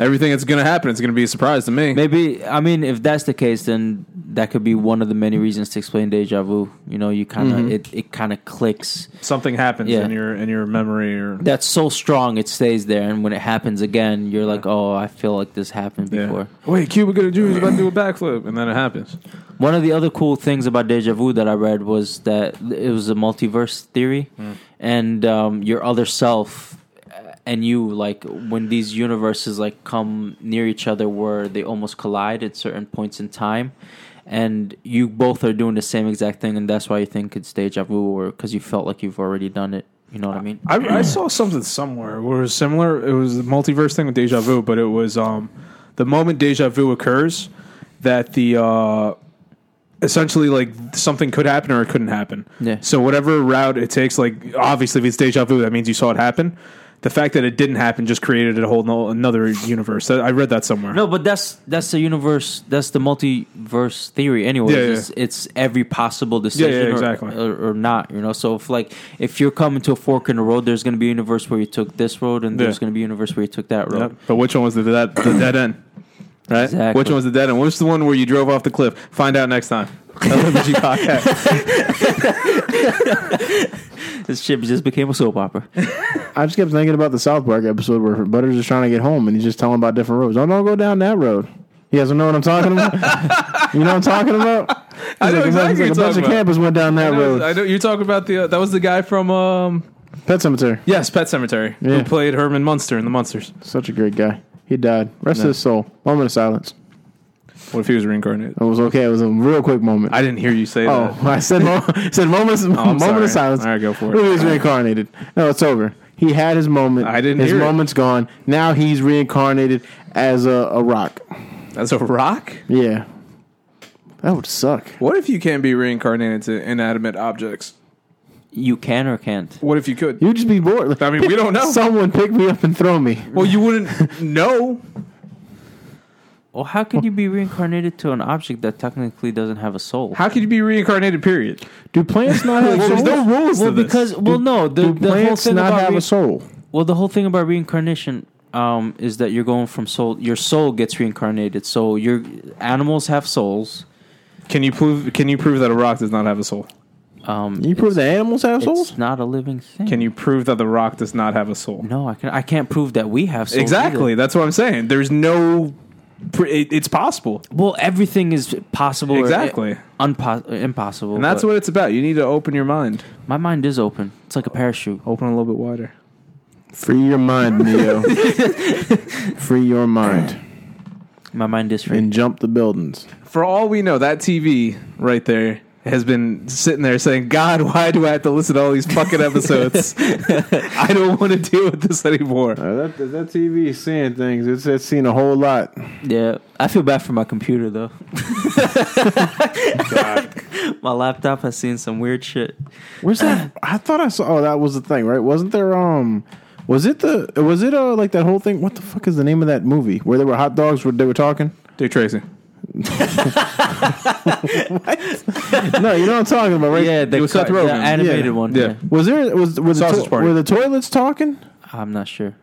[SPEAKER 2] everything that's going to happen is going to be a surprise to me.
[SPEAKER 3] Maybe I mean if that's the case, then that could be one of the many reasons to explain deja vu. You know, you kind of it, it kind of clicks.
[SPEAKER 2] Something happens
[SPEAKER 3] Yeah.
[SPEAKER 2] in your in your memory or
[SPEAKER 3] That's so strong it stays there, and when it happens again, you're like, oh, I feel like this happened
[SPEAKER 2] Yeah.
[SPEAKER 3] before.
[SPEAKER 2] Wait, Cuba Gooding Jr. is about to do a backflip, and then it happens.
[SPEAKER 3] One of the other cool things about deja vu that I read was that it was a multiverse theory, and um, your other self uh, and you like when these universes like come near each other where they almost collide at certain points in time and you both are doing the same exact thing and that's why you think it's deja vu or because you felt like you've already done it you know what i mean
[SPEAKER 2] I, I saw something somewhere where it was similar. It was the multiverse thing with deja vu, but it was um, the moment deja vu occurs that the uh, essentially like something could happen or it couldn't happen.
[SPEAKER 3] Yeah.
[SPEAKER 2] So whatever route it takes, like obviously if it's deja vu, that means you saw it happen. The fact that it didn't happen just created a whole no, another universe. That- I read that somewhere.
[SPEAKER 3] No, but that's that's the universe. That's the multiverse theory. Anyway,
[SPEAKER 2] Yeah, yeah.
[SPEAKER 3] it's, it's every possible decision,
[SPEAKER 2] yeah,
[SPEAKER 3] or-
[SPEAKER 2] exactly.
[SPEAKER 3] or, or, not. You know, so if like if you're coming to a fork in the road, there's going to be a universe where you took this road, and there's
[SPEAKER 2] Yeah.
[SPEAKER 3] going to be a universe where you took that road.
[SPEAKER 2] Yep. But which one was the, that, the dead end? Right?
[SPEAKER 3] Exactly.
[SPEAKER 2] Which one was the dead end? Which the one where you drove off the cliff? Find out next time. LMG podcast.
[SPEAKER 3] This shit just became a soap opera.
[SPEAKER 1] I just kept thinking about the South Park episode where Butters is trying to get home and he's just telling about different roads. Oh, don't go down that road. You guys don't know what I'm talking about? you know what I'm talking about?
[SPEAKER 2] I know
[SPEAKER 1] He's like,
[SPEAKER 2] exactly what
[SPEAKER 1] he's like, a
[SPEAKER 2] you're
[SPEAKER 1] bunch
[SPEAKER 2] talking
[SPEAKER 1] of
[SPEAKER 2] about.
[SPEAKER 1] campers went down that
[SPEAKER 2] I know,
[SPEAKER 1] road.
[SPEAKER 2] I know you're talking about the uh, that was the guy from um
[SPEAKER 1] Pet Cemetery.
[SPEAKER 2] yes Pet Cemetery
[SPEAKER 1] Yeah.
[SPEAKER 2] who played Herman Munster in the Munsters.
[SPEAKER 1] Such a great guy. He died. Rest his soul. Moment of silence.
[SPEAKER 2] What if he was reincarnated?
[SPEAKER 1] It was okay. It was a real quick moment.
[SPEAKER 2] I didn't hear you say
[SPEAKER 1] Oh,
[SPEAKER 2] that.
[SPEAKER 1] I said mo- said moment, moment
[SPEAKER 2] sorry.
[SPEAKER 1] of silence.
[SPEAKER 2] All right, go for it.
[SPEAKER 1] He was reincarnated. No, it's over. He had his moment.
[SPEAKER 2] I didn't
[SPEAKER 1] His
[SPEAKER 2] hear it.
[SPEAKER 1] moment's gone. Now he's reincarnated as a, a rock.
[SPEAKER 2] That's a rock.
[SPEAKER 1] Yeah, that would suck.
[SPEAKER 2] What if you can't be reincarnated to inanimate objects?
[SPEAKER 3] You can or can't.
[SPEAKER 2] What if you could?
[SPEAKER 1] You'd just be bored.
[SPEAKER 2] I mean, we don't know.
[SPEAKER 1] Someone pick me up and throw me.
[SPEAKER 2] well, you wouldn't know.
[SPEAKER 3] Well, how could you be reincarnated to an object that technically doesn't have a soul?
[SPEAKER 2] How could you be reincarnated? Period.
[SPEAKER 1] Do plants not have
[SPEAKER 2] Well,
[SPEAKER 1] souls?
[SPEAKER 2] there's no rules
[SPEAKER 3] well,
[SPEAKER 2] to this.
[SPEAKER 3] because well, no, the,
[SPEAKER 1] Do
[SPEAKER 3] the whole
[SPEAKER 1] plants
[SPEAKER 3] thing
[SPEAKER 1] not
[SPEAKER 3] about
[SPEAKER 1] have
[SPEAKER 3] rein-
[SPEAKER 1] a soul?
[SPEAKER 3] Well, the whole thing about reincarnation um, is that you're going from soul. Your soul gets reincarnated. So your animals have souls.
[SPEAKER 2] can you prove? Can you prove that a rock does not have a soul?
[SPEAKER 3] Um,
[SPEAKER 1] You prove that animals have souls?
[SPEAKER 3] it's not a living thing.
[SPEAKER 2] Can you prove that the rock does not have a soul?
[SPEAKER 3] No, I can. I can't prove that we have souls.
[SPEAKER 2] Exactly.
[SPEAKER 3] either.
[SPEAKER 2] That's what I'm saying. There's no. pr- It, it's possible.
[SPEAKER 3] Well, everything is possible. or
[SPEAKER 2] Exactly.
[SPEAKER 3] unpo- impossible.
[SPEAKER 2] And that's
[SPEAKER 3] but
[SPEAKER 2] what it's about. You need to open your mind.
[SPEAKER 3] my mind is open. It's like a parachute.
[SPEAKER 2] Open a little bit wider.
[SPEAKER 1] Free your mind, Neo. Free your mind
[SPEAKER 3] My mind is free.
[SPEAKER 1] and jump the buildings.
[SPEAKER 2] For all we know, that TV right there has been sitting there saying, God, why do I have to listen to all these fucking episodes? I don't want to deal with this anymore.
[SPEAKER 1] Uh, that, that TV is seeing things. It's, it's seen a whole lot.
[SPEAKER 3] Yeah, I feel bad for my computer though. my laptop has seen some weird shit.
[SPEAKER 1] Where's that? I thought I saw. Oh, that was the thing, right? Wasn't there? Um, was it the? Was it uh like that whole thing? What the fuck is the name of that movie where there were hot dogs? Where they were talking?
[SPEAKER 2] Dick Tracy.
[SPEAKER 1] No, you know what I'm talking about, right?
[SPEAKER 3] Yeah, the,
[SPEAKER 2] It was Seth
[SPEAKER 3] car- the
[SPEAKER 2] Rogen.
[SPEAKER 3] animated
[SPEAKER 1] Yeah.
[SPEAKER 3] one.
[SPEAKER 2] Yeah.
[SPEAKER 3] yeah,
[SPEAKER 1] Was there? Was were the,
[SPEAKER 2] Sausage
[SPEAKER 1] to-
[SPEAKER 2] Party.
[SPEAKER 1] were the toilets talking?
[SPEAKER 3] I'm not sure.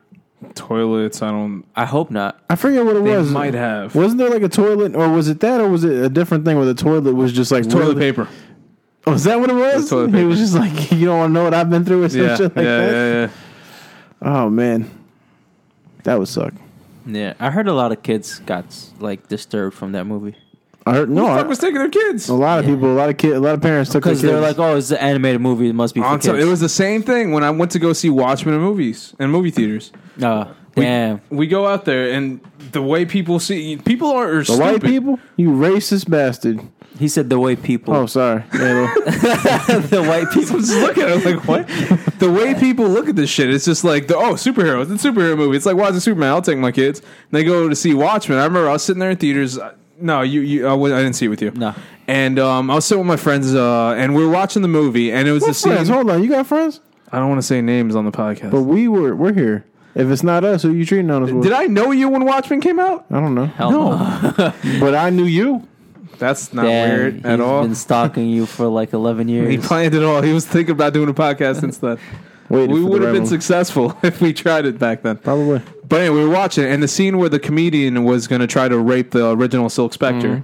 [SPEAKER 2] Toilets, I don't.
[SPEAKER 3] I hope not.
[SPEAKER 1] I forget what it
[SPEAKER 2] They
[SPEAKER 1] was.
[SPEAKER 2] might have.
[SPEAKER 1] Wasn't there like a toilet, or was it that, or was it a different thing where the toilet was just like
[SPEAKER 2] Toilet
[SPEAKER 1] really-
[SPEAKER 2] paper.
[SPEAKER 1] Oh, is that what it was?
[SPEAKER 2] toilet
[SPEAKER 1] It
[SPEAKER 2] paper.
[SPEAKER 1] was just like you don't want to know what I've been through or some
[SPEAKER 2] Yeah,
[SPEAKER 1] shit
[SPEAKER 2] yeah,
[SPEAKER 1] like that.
[SPEAKER 2] yeah, yeah.
[SPEAKER 1] Oh man, that would suck.
[SPEAKER 3] Yeah, I heard a lot of kids got like disturbed from that movie
[SPEAKER 1] I heard no.
[SPEAKER 2] Who the
[SPEAKER 1] I,
[SPEAKER 2] fuck was taking their kids?
[SPEAKER 1] a lot of
[SPEAKER 3] Yeah.
[SPEAKER 1] people, a lot of kid, a lot of parents took their
[SPEAKER 3] because they're
[SPEAKER 1] kids.
[SPEAKER 3] like, "Oh, it's an animated movie. It must be for
[SPEAKER 2] On
[SPEAKER 3] kids."
[SPEAKER 2] some- Oh, it was the same thing when I went to go see Watchmen in movies and movie theaters.
[SPEAKER 3] Uh,
[SPEAKER 2] We-
[SPEAKER 3] damn.
[SPEAKER 2] We, go out there and the way people see people are, are
[SPEAKER 1] The
[SPEAKER 2] "Oh, stupid.
[SPEAKER 1] white people, you racist bastard.
[SPEAKER 3] He said the white people.
[SPEAKER 1] Oh, sorry. Yeah, well,
[SPEAKER 3] the white people.
[SPEAKER 2] I'm just looking at it like what the way people look at this shit it's just like the, oh superheroes it's a superhero movie it's like why is it superman i'll take my kids and they go to see watchmen i remember i was sitting there in theaters uh, No, you. you I, was, I didn't see it with you.
[SPEAKER 3] No.
[SPEAKER 2] And um, I was sitting with my friends, uh, and we were watching the movie, and it was the scene.
[SPEAKER 1] Friends, hold on. You got friends?
[SPEAKER 2] I don't want to say names on the podcast.
[SPEAKER 1] But we were we're here. If it's not us, who you treating on us? with?
[SPEAKER 2] Did I know you when Watchmen came out?
[SPEAKER 1] I don't know.
[SPEAKER 3] Hell
[SPEAKER 1] But I knew you.
[SPEAKER 2] That's not
[SPEAKER 3] Damn,
[SPEAKER 2] weird at
[SPEAKER 3] he's
[SPEAKER 2] all.
[SPEAKER 3] Been stalking you for like eleven
[SPEAKER 2] He
[SPEAKER 3] years.
[SPEAKER 2] planned it all. He was thinking about doing a podcast since then.
[SPEAKER 1] Wait,
[SPEAKER 2] we would have been
[SPEAKER 1] successful.
[SPEAKER 2] successful if we tried it back then.
[SPEAKER 1] probably.
[SPEAKER 2] But anyway, we were watching, and the scene where the comedian was going to try to rape the original Silk Spectre,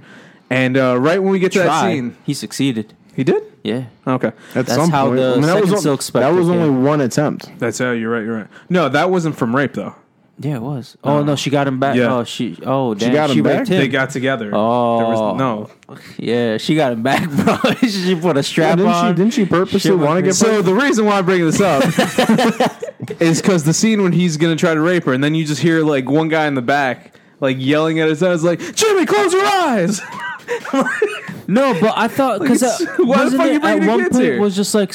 [SPEAKER 2] and uh, right when we get to that
[SPEAKER 3] Tried.
[SPEAKER 2] scene,
[SPEAKER 3] He succeeded.
[SPEAKER 2] he did.
[SPEAKER 3] Yeah.
[SPEAKER 2] Okay,
[SPEAKER 1] At
[SPEAKER 3] That's
[SPEAKER 1] some
[SPEAKER 3] how
[SPEAKER 1] point,
[SPEAKER 3] the
[SPEAKER 1] that was
[SPEAKER 3] second
[SPEAKER 1] on-
[SPEAKER 3] Silk Spectre
[SPEAKER 1] that was
[SPEAKER 3] came.
[SPEAKER 1] only one attempt.
[SPEAKER 2] that's how you're right. You're right. No, that wasn't from rape though.
[SPEAKER 3] Yeah, it was. Oh no, she got him back.
[SPEAKER 2] Yeah.
[SPEAKER 3] Oh she. Oh damn, she
[SPEAKER 1] got him back?
[SPEAKER 3] raped
[SPEAKER 2] They
[SPEAKER 3] him.
[SPEAKER 2] got together.
[SPEAKER 3] Oh.
[SPEAKER 2] there was, no.
[SPEAKER 3] yeah, she got him back, bro. she put a
[SPEAKER 1] Yeah,
[SPEAKER 3] strap
[SPEAKER 1] didn't
[SPEAKER 3] on.
[SPEAKER 1] she? Didn't she purposely
[SPEAKER 3] Shit went
[SPEAKER 1] want to get?
[SPEAKER 3] crazy.
[SPEAKER 2] So the reason why I'm bringing this up is because the scene when he's gonna try to rape her, and then you just hear like one guy in the back like yelling at his eyes, like "Jimmy, close your eyes."
[SPEAKER 3] No, but I thought because
[SPEAKER 2] Like, why
[SPEAKER 3] uh,
[SPEAKER 2] the
[SPEAKER 3] wasn't
[SPEAKER 2] fuck
[SPEAKER 3] it
[SPEAKER 2] you bringing
[SPEAKER 3] at
[SPEAKER 2] the
[SPEAKER 3] one
[SPEAKER 2] kids
[SPEAKER 3] point
[SPEAKER 2] here?
[SPEAKER 3] it was just like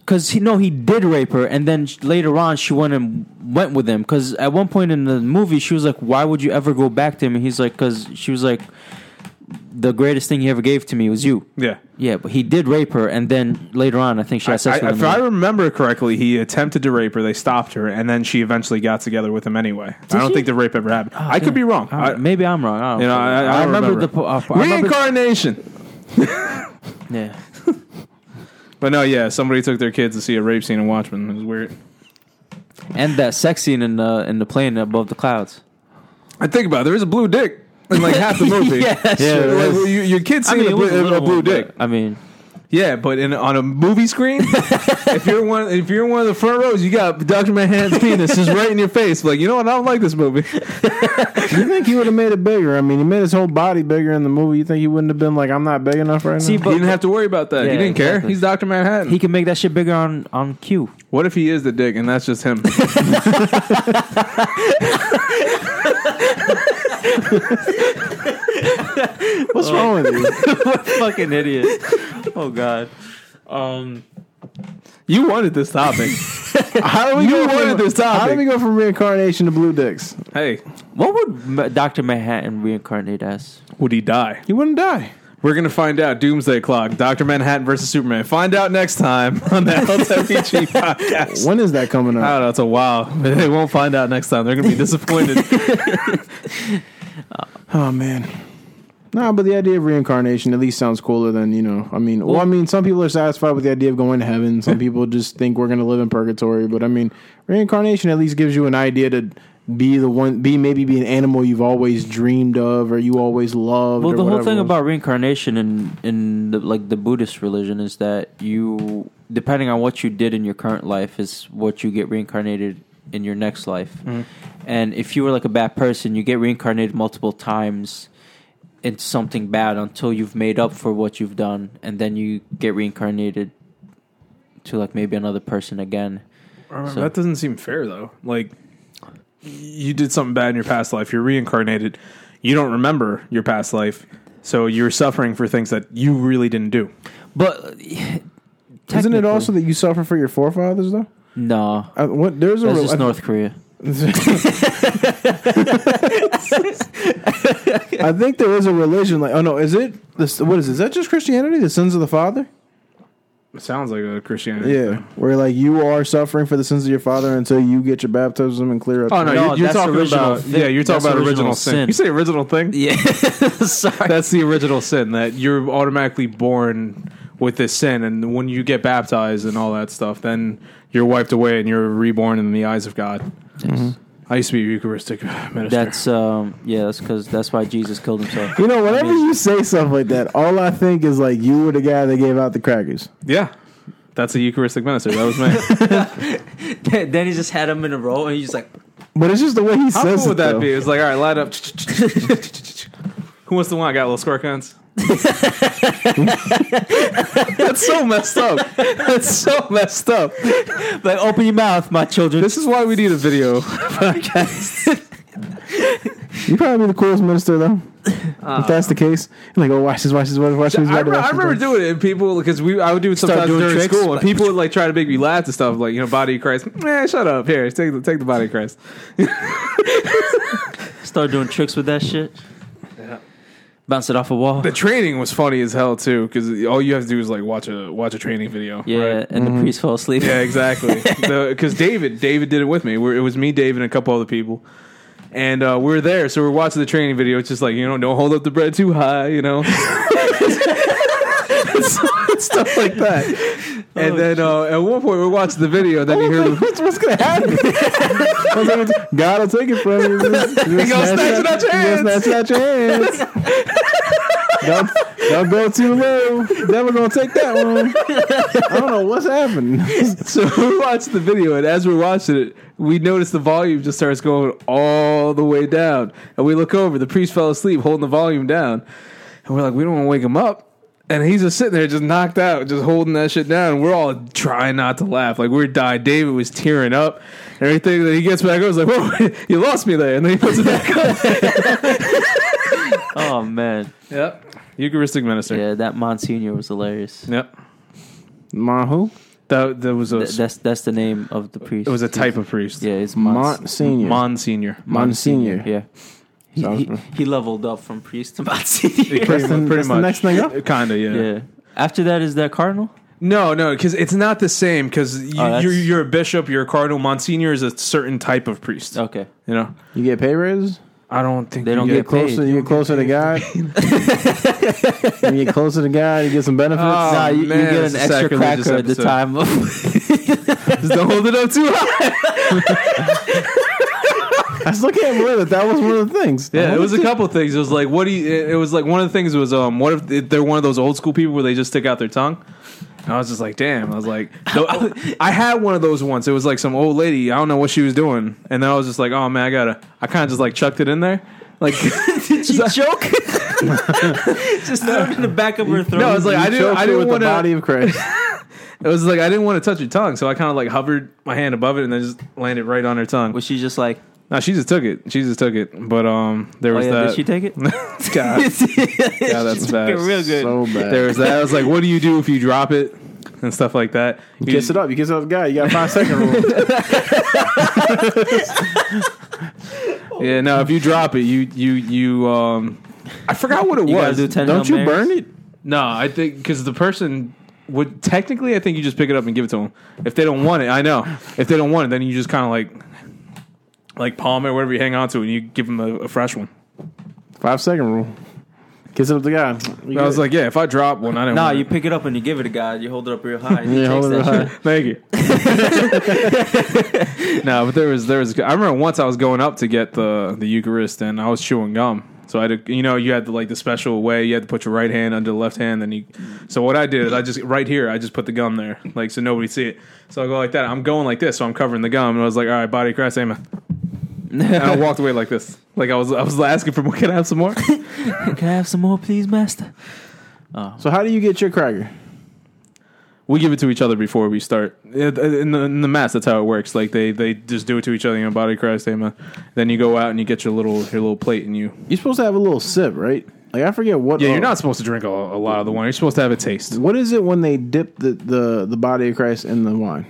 [SPEAKER 3] because he no he did rape her and then sh- later on she went and went with him because at one point in the movie she was like why would you ever go back to him and he's like because she was like the greatest thing he ever gave to me was you
[SPEAKER 2] yeah.
[SPEAKER 3] yeah but he did rape her and then later on I think she had sex
[SPEAKER 2] I,
[SPEAKER 3] with
[SPEAKER 2] if
[SPEAKER 3] him
[SPEAKER 2] I remember correctly, he attempted to rape her. They stopped her, and then she eventually got together with him anyway. I don't
[SPEAKER 3] she?
[SPEAKER 2] think the rape ever happened. I could be wrong.
[SPEAKER 3] I
[SPEAKER 2] Oh, I,
[SPEAKER 3] don't- maybe I'm wrong I don't
[SPEAKER 2] you know, I, I don't remember,
[SPEAKER 3] the po- uh, I remember,
[SPEAKER 2] reincarnation.
[SPEAKER 3] yeah
[SPEAKER 2] But no, yeah, somebody took their kids to see a rape scene in Watchmen. It was weird.
[SPEAKER 3] and that sex scene in the in the plane above the clouds
[SPEAKER 2] I think about it. There is a blue dick in like half the movie.
[SPEAKER 3] yeah that's
[SPEAKER 1] Yeah,
[SPEAKER 3] true.
[SPEAKER 1] it
[SPEAKER 2] Like,
[SPEAKER 1] was-
[SPEAKER 2] well, you- your kid's
[SPEAKER 3] I
[SPEAKER 2] seeing
[SPEAKER 3] mean,
[SPEAKER 2] a
[SPEAKER 3] it was a
[SPEAKER 2] blue, a
[SPEAKER 3] little
[SPEAKER 2] blue
[SPEAKER 3] one,
[SPEAKER 2] dick.
[SPEAKER 3] but, I mean.
[SPEAKER 2] Yeah, but in on a movie screen, if you're one, if you're in one of the front rows, you got Doctor Manhattan's penis just right in your face. Like, you know what? I don't like this movie.
[SPEAKER 1] You think he would have made it bigger? I mean, he made his whole body bigger in the movie. You think he wouldn't have been like, "I'm not big enough right
[SPEAKER 3] See,
[SPEAKER 1] now"?
[SPEAKER 2] He
[SPEAKER 3] But-
[SPEAKER 2] didn't have to worry about that. he
[SPEAKER 3] Yeah,
[SPEAKER 2] didn't care.
[SPEAKER 3] exactly.
[SPEAKER 2] He's Doctor Manhattan.
[SPEAKER 3] He can make that shit bigger on on cue.
[SPEAKER 2] what if he is the dick and that's just him?
[SPEAKER 1] What's wrong with you?
[SPEAKER 3] Fucking idiot. Oh god. Um.
[SPEAKER 2] you wanted this topic.
[SPEAKER 1] How do we
[SPEAKER 2] You
[SPEAKER 1] go from-
[SPEAKER 2] wanted this
[SPEAKER 1] How do
[SPEAKER 2] topic.
[SPEAKER 1] we go from reincarnation to blue dicks?
[SPEAKER 2] hey,
[SPEAKER 3] What would Doctor Manhattan reincarnate as?
[SPEAKER 2] would he die?
[SPEAKER 1] He wouldn't die.
[SPEAKER 2] We're gonna find out. Doomsday Clock, Doctor Manhattan versus Superman. Find out next time on the LFG podcast.
[SPEAKER 1] When is that coming
[SPEAKER 2] I
[SPEAKER 1] out?
[SPEAKER 2] don't know. It's a while. They won't find out next time. They're gonna be disappointed.
[SPEAKER 1] Oh man. Nah, but the idea of reincarnation at least sounds cooler than you know. I mean, well, I mean, some people are satisfied with the idea of going to heaven. Some people just think we're going to live in purgatory. But I mean, reincarnation at least gives you an idea to be the one, be maybe be an animal you've always dreamed of or you always loved.
[SPEAKER 3] Well,
[SPEAKER 1] or
[SPEAKER 3] the whole
[SPEAKER 1] whatever
[SPEAKER 3] thing
[SPEAKER 1] it was.
[SPEAKER 3] about reincarnation in in the, like the Buddhist religion is that you, depending on what you did in your current life, is what you get reincarnated in your next life.
[SPEAKER 1] Mm-hmm.
[SPEAKER 3] And if you were like a bad person, you get reincarnated multiple times into something bad until you've made up for what you've done, and then you get reincarnated to like maybe another person again.
[SPEAKER 2] Uh,
[SPEAKER 3] So-
[SPEAKER 2] That doesn't seem fair though. Like you did something bad in your past life, you're reincarnated, you don't remember your past life, so you're suffering for things that you really didn't do.
[SPEAKER 3] But
[SPEAKER 1] isn't it also that you suffer for your forefathers though?
[SPEAKER 3] no?
[SPEAKER 1] Uh, what, there's a
[SPEAKER 3] That's
[SPEAKER 1] re-
[SPEAKER 3] just
[SPEAKER 1] I-
[SPEAKER 3] North Korea.
[SPEAKER 1] I think there is a religion like oh no, is it this? What is it? Is that just Christianity? The sins of the father?
[SPEAKER 2] It sounds like a Christianity.
[SPEAKER 1] Yeah, where like you are suffering for the sins of your father until you get your baptism and clear up.
[SPEAKER 2] Oh no,
[SPEAKER 3] No,
[SPEAKER 2] you're, you're
[SPEAKER 3] that's
[SPEAKER 2] talking
[SPEAKER 3] original
[SPEAKER 2] about
[SPEAKER 3] thi-
[SPEAKER 2] yeah, you're talking
[SPEAKER 3] that's
[SPEAKER 2] about original,
[SPEAKER 3] original
[SPEAKER 2] sin.
[SPEAKER 3] sin.
[SPEAKER 2] You say original thing?
[SPEAKER 3] Yeah, sorry.
[SPEAKER 2] That's the original sin that you're automatically born with this sin and when you get baptized and all that stuff, then you're wiped away and you're reborn in the eyes of God. Mm-hmm. I used to be a Eucharistic minister.
[SPEAKER 3] That's um yeah, that's because that's why Jesus killed himself.
[SPEAKER 1] You know, whenever
[SPEAKER 3] I mean,
[SPEAKER 1] you say stuff like that, all I think is like you were the guy that gave out the crackers.
[SPEAKER 2] yeah. That's a Eucharistic minister. That was me.
[SPEAKER 3] then he just had him in a row, and he's like,
[SPEAKER 1] But it's just the way he
[SPEAKER 2] How
[SPEAKER 1] says
[SPEAKER 2] cool would
[SPEAKER 1] it.
[SPEAKER 2] that
[SPEAKER 1] though.
[SPEAKER 2] be? It's like, all right, light up. Who wants the one? I got little squirt guns. That's so messed up. That's so messed up.
[SPEAKER 3] like open your mouth, my children.
[SPEAKER 2] This is why we need a video.
[SPEAKER 1] You probably be the coolest minister though. if that's the case, You're like oh watch this, watch this, watch this, watch this.
[SPEAKER 2] Uh, I,
[SPEAKER 1] watch
[SPEAKER 2] re-
[SPEAKER 1] this,
[SPEAKER 2] I
[SPEAKER 1] watch
[SPEAKER 2] remember
[SPEAKER 1] this.
[SPEAKER 2] doing it, and people because we I would do it
[SPEAKER 3] Start
[SPEAKER 2] sometimes
[SPEAKER 3] doing
[SPEAKER 2] during
[SPEAKER 3] tricks,
[SPEAKER 2] school, and
[SPEAKER 3] like-
[SPEAKER 2] people would like try to make me laugh and stuff, like you know, body of Christ. Man, shut up. Here, take the take the body of Christ.
[SPEAKER 3] Start doing tricks with that shit. bounce it off a wall.
[SPEAKER 2] The training was funny as hell too, because all you have to do is like watch a watch a training video.
[SPEAKER 3] yeah,
[SPEAKER 2] right?
[SPEAKER 3] and the priest fell asleep.
[SPEAKER 2] yeah, exactly. Because David, David did it with me. We're, it was me, David, and a couple other people, and uh, we were there. So we are watching the training video. It's just like you know, don't hold up the bread too high, you know, stuff like that.
[SPEAKER 3] Oh,
[SPEAKER 2] And then uh, at one point we watched the video, and then you hear the
[SPEAKER 1] what's, what's gonna happen? What's gonna- God will take it from you. Just, just
[SPEAKER 2] He gonna snatch it out your
[SPEAKER 1] Just snatch it out your hands. don't, don't go too low. Devil gonna take that one. I don't know what's happening.
[SPEAKER 2] So we watched the video, and as we're watching it, we notice the volume just starts going all the way down. And we look over, the priest fell asleep holding the volume down. And we're like, we don't want to wake him up. And he's just sitting there, just knocked out, just holding that shit down. And we're all trying not to laugh. Like, we're dying. David was tearing up and everything. Then he gets back up. He's like, whoa, you lost me there. And then he puts it back up.
[SPEAKER 3] Oh man,
[SPEAKER 2] Yep. Eucharistic minister.
[SPEAKER 3] yeah, that Monsignor was hilarious.
[SPEAKER 2] Yep.
[SPEAKER 1] My who?
[SPEAKER 2] That, that was a,
[SPEAKER 3] Th- that's that's the name of the priest.
[SPEAKER 2] it was a type of priest.
[SPEAKER 3] yeah, it's Mons-
[SPEAKER 1] Monsignor.
[SPEAKER 2] Monsignor.
[SPEAKER 1] Monsignor.
[SPEAKER 3] yeah. He,
[SPEAKER 1] Sounds
[SPEAKER 3] he,
[SPEAKER 1] good.
[SPEAKER 3] he leveled up from priest to Monsignor.
[SPEAKER 2] Pretty,
[SPEAKER 1] That's the-
[SPEAKER 2] mu-
[SPEAKER 1] that's the next thing up?
[SPEAKER 2] Kind of,
[SPEAKER 3] yeah. After that is that cardinal.
[SPEAKER 2] No, no, because it's not the same. Because you,
[SPEAKER 3] Oh, that's-
[SPEAKER 2] you're you're a bishop, you're a cardinal. Monsignor is a certain type of priest.
[SPEAKER 3] Okay.
[SPEAKER 2] You know,
[SPEAKER 1] You get pay raises.
[SPEAKER 2] I don't think
[SPEAKER 3] They
[SPEAKER 2] you
[SPEAKER 3] don't
[SPEAKER 1] You
[SPEAKER 3] Get
[SPEAKER 1] get closer.
[SPEAKER 3] paid.
[SPEAKER 1] You get closer to God. you get closer to God. You get some benefits.
[SPEAKER 2] Oh,
[SPEAKER 3] Nah, you,
[SPEAKER 2] man,
[SPEAKER 3] you get
[SPEAKER 2] it's
[SPEAKER 3] an
[SPEAKER 2] a
[SPEAKER 3] extra cracker
[SPEAKER 2] sacrilegious
[SPEAKER 3] at the
[SPEAKER 2] episode.
[SPEAKER 3] time of.
[SPEAKER 2] Just don't hold it up too high.
[SPEAKER 1] I still can't believe that that was one of the things.
[SPEAKER 2] Yeah, it was a couple things. It was like what do you? It it was like one of the things was um, what if th- they're one of those old school people where they just stick out their tongue? And I was just like, damn. I was like, no, I, I had one of those once. It was like some old lady. I don't know what she was doing, and then I was just like, oh man, I gotta. I kind of just like chucked it in there. Like,
[SPEAKER 3] Did she choke? Just threw it in the back of her throat.
[SPEAKER 2] no, I was like, I didn't.
[SPEAKER 1] Choked
[SPEAKER 2] I
[SPEAKER 1] you
[SPEAKER 2] didn't
[SPEAKER 1] with
[SPEAKER 2] want
[SPEAKER 1] the
[SPEAKER 2] to.
[SPEAKER 1] body of Christ.
[SPEAKER 2] It was like I didn't want to touch her tongue, so I kind of like hovered my hand above it and then just landed right on her tongue.
[SPEAKER 3] was she just like,
[SPEAKER 2] no, she just took it. She just took it. But um, there
[SPEAKER 3] oh
[SPEAKER 2] was
[SPEAKER 3] yeah,
[SPEAKER 2] that.
[SPEAKER 3] did she take it?
[SPEAKER 2] God, yeah, that's bad.
[SPEAKER 3] real good.
[SPEAKER 1] So bad.
[SPEAKER 2] There was that. I was like, what do you do if you drop it and stuff like that? You
[SPEAKER 1] Kiss it up. You kiss it up, guy. You got a five second rule.
[SPEAKER 2] Yeah, no. If you drop it, you you you um, I forgot what it
[SPEAKER 3] You gotta
[SPEAKER 2] was.
[SPEAKER 3] do ten.
[SPEAKER 1] Don't you
[SPEAKER 3] Hail
[SPEAKER 1] burn
[SPEAKER 3] Marys.
[SPEAKER 1] it?
[SPEAKER 2] no, I think because the person would technically, I think you just pick it up and give it to them. If they don't want it, I know. If they don't want it, then you just kind of like like palm it, whatever you hang on to, and you give them a, a fresh one.
[SPEAKER 1] Five second rule. Kiss it up to God. You
[SPEAKER 2] I was like, yeah, if I drop one, I don't.
[SPEAKER 3] Nah,
[SPEAKER 2] want
[SPEAKER 3] you
[SPEAKER 2] it.
[SPEAKER 3] pick it up and you give it to God. You hold it up real high. And he
[SPEAKER 1] Yeah, hold
[SPEAKER 3] takes
[SPEAKER 1] it
[SPEAKER 3] that
[SPEAKER 1] up high.
[SPEAKER 3] shit.
[SPEAKER 2] Thank you. no, but there was there was. I remember once I was going up to get the the Eucharist, and I was chewing gum. So I had to, you know, you had the, like the special way. You had to put your right hand under the left hand, then you. So what I did is I just right here, I just put the gum there, like so nobody see it. So I go like that. I'm going like this, so I'm covering the gum, and I was like, all right, body of Christ, amen. and I walked away like this, like I was I was asking for more. Can I have some more?
[SPEAKER 3] Can I have some more, please, Master?
[SPEAKER 1] so how do you get your cracker?
[SPEAKER 2] we give it to each other before we start in the, in the mass. That's how it works. Like they, they just do it to each other. You know, body of Christ, amen. Then you go out and you get your little your little plate and you.
[SPEAKER 1] You're supposed to have a little sip, right? Like I forget what.
[SPEAKER 2] Yeah,
[SPEAKER 1] oh,
[SPEAKER 2] you're not supposed to drink a, a lot of the wine. You're supposed to have a taste.
[SPEAKER 1] What is it when they dip the the, the body of Christ in the wine?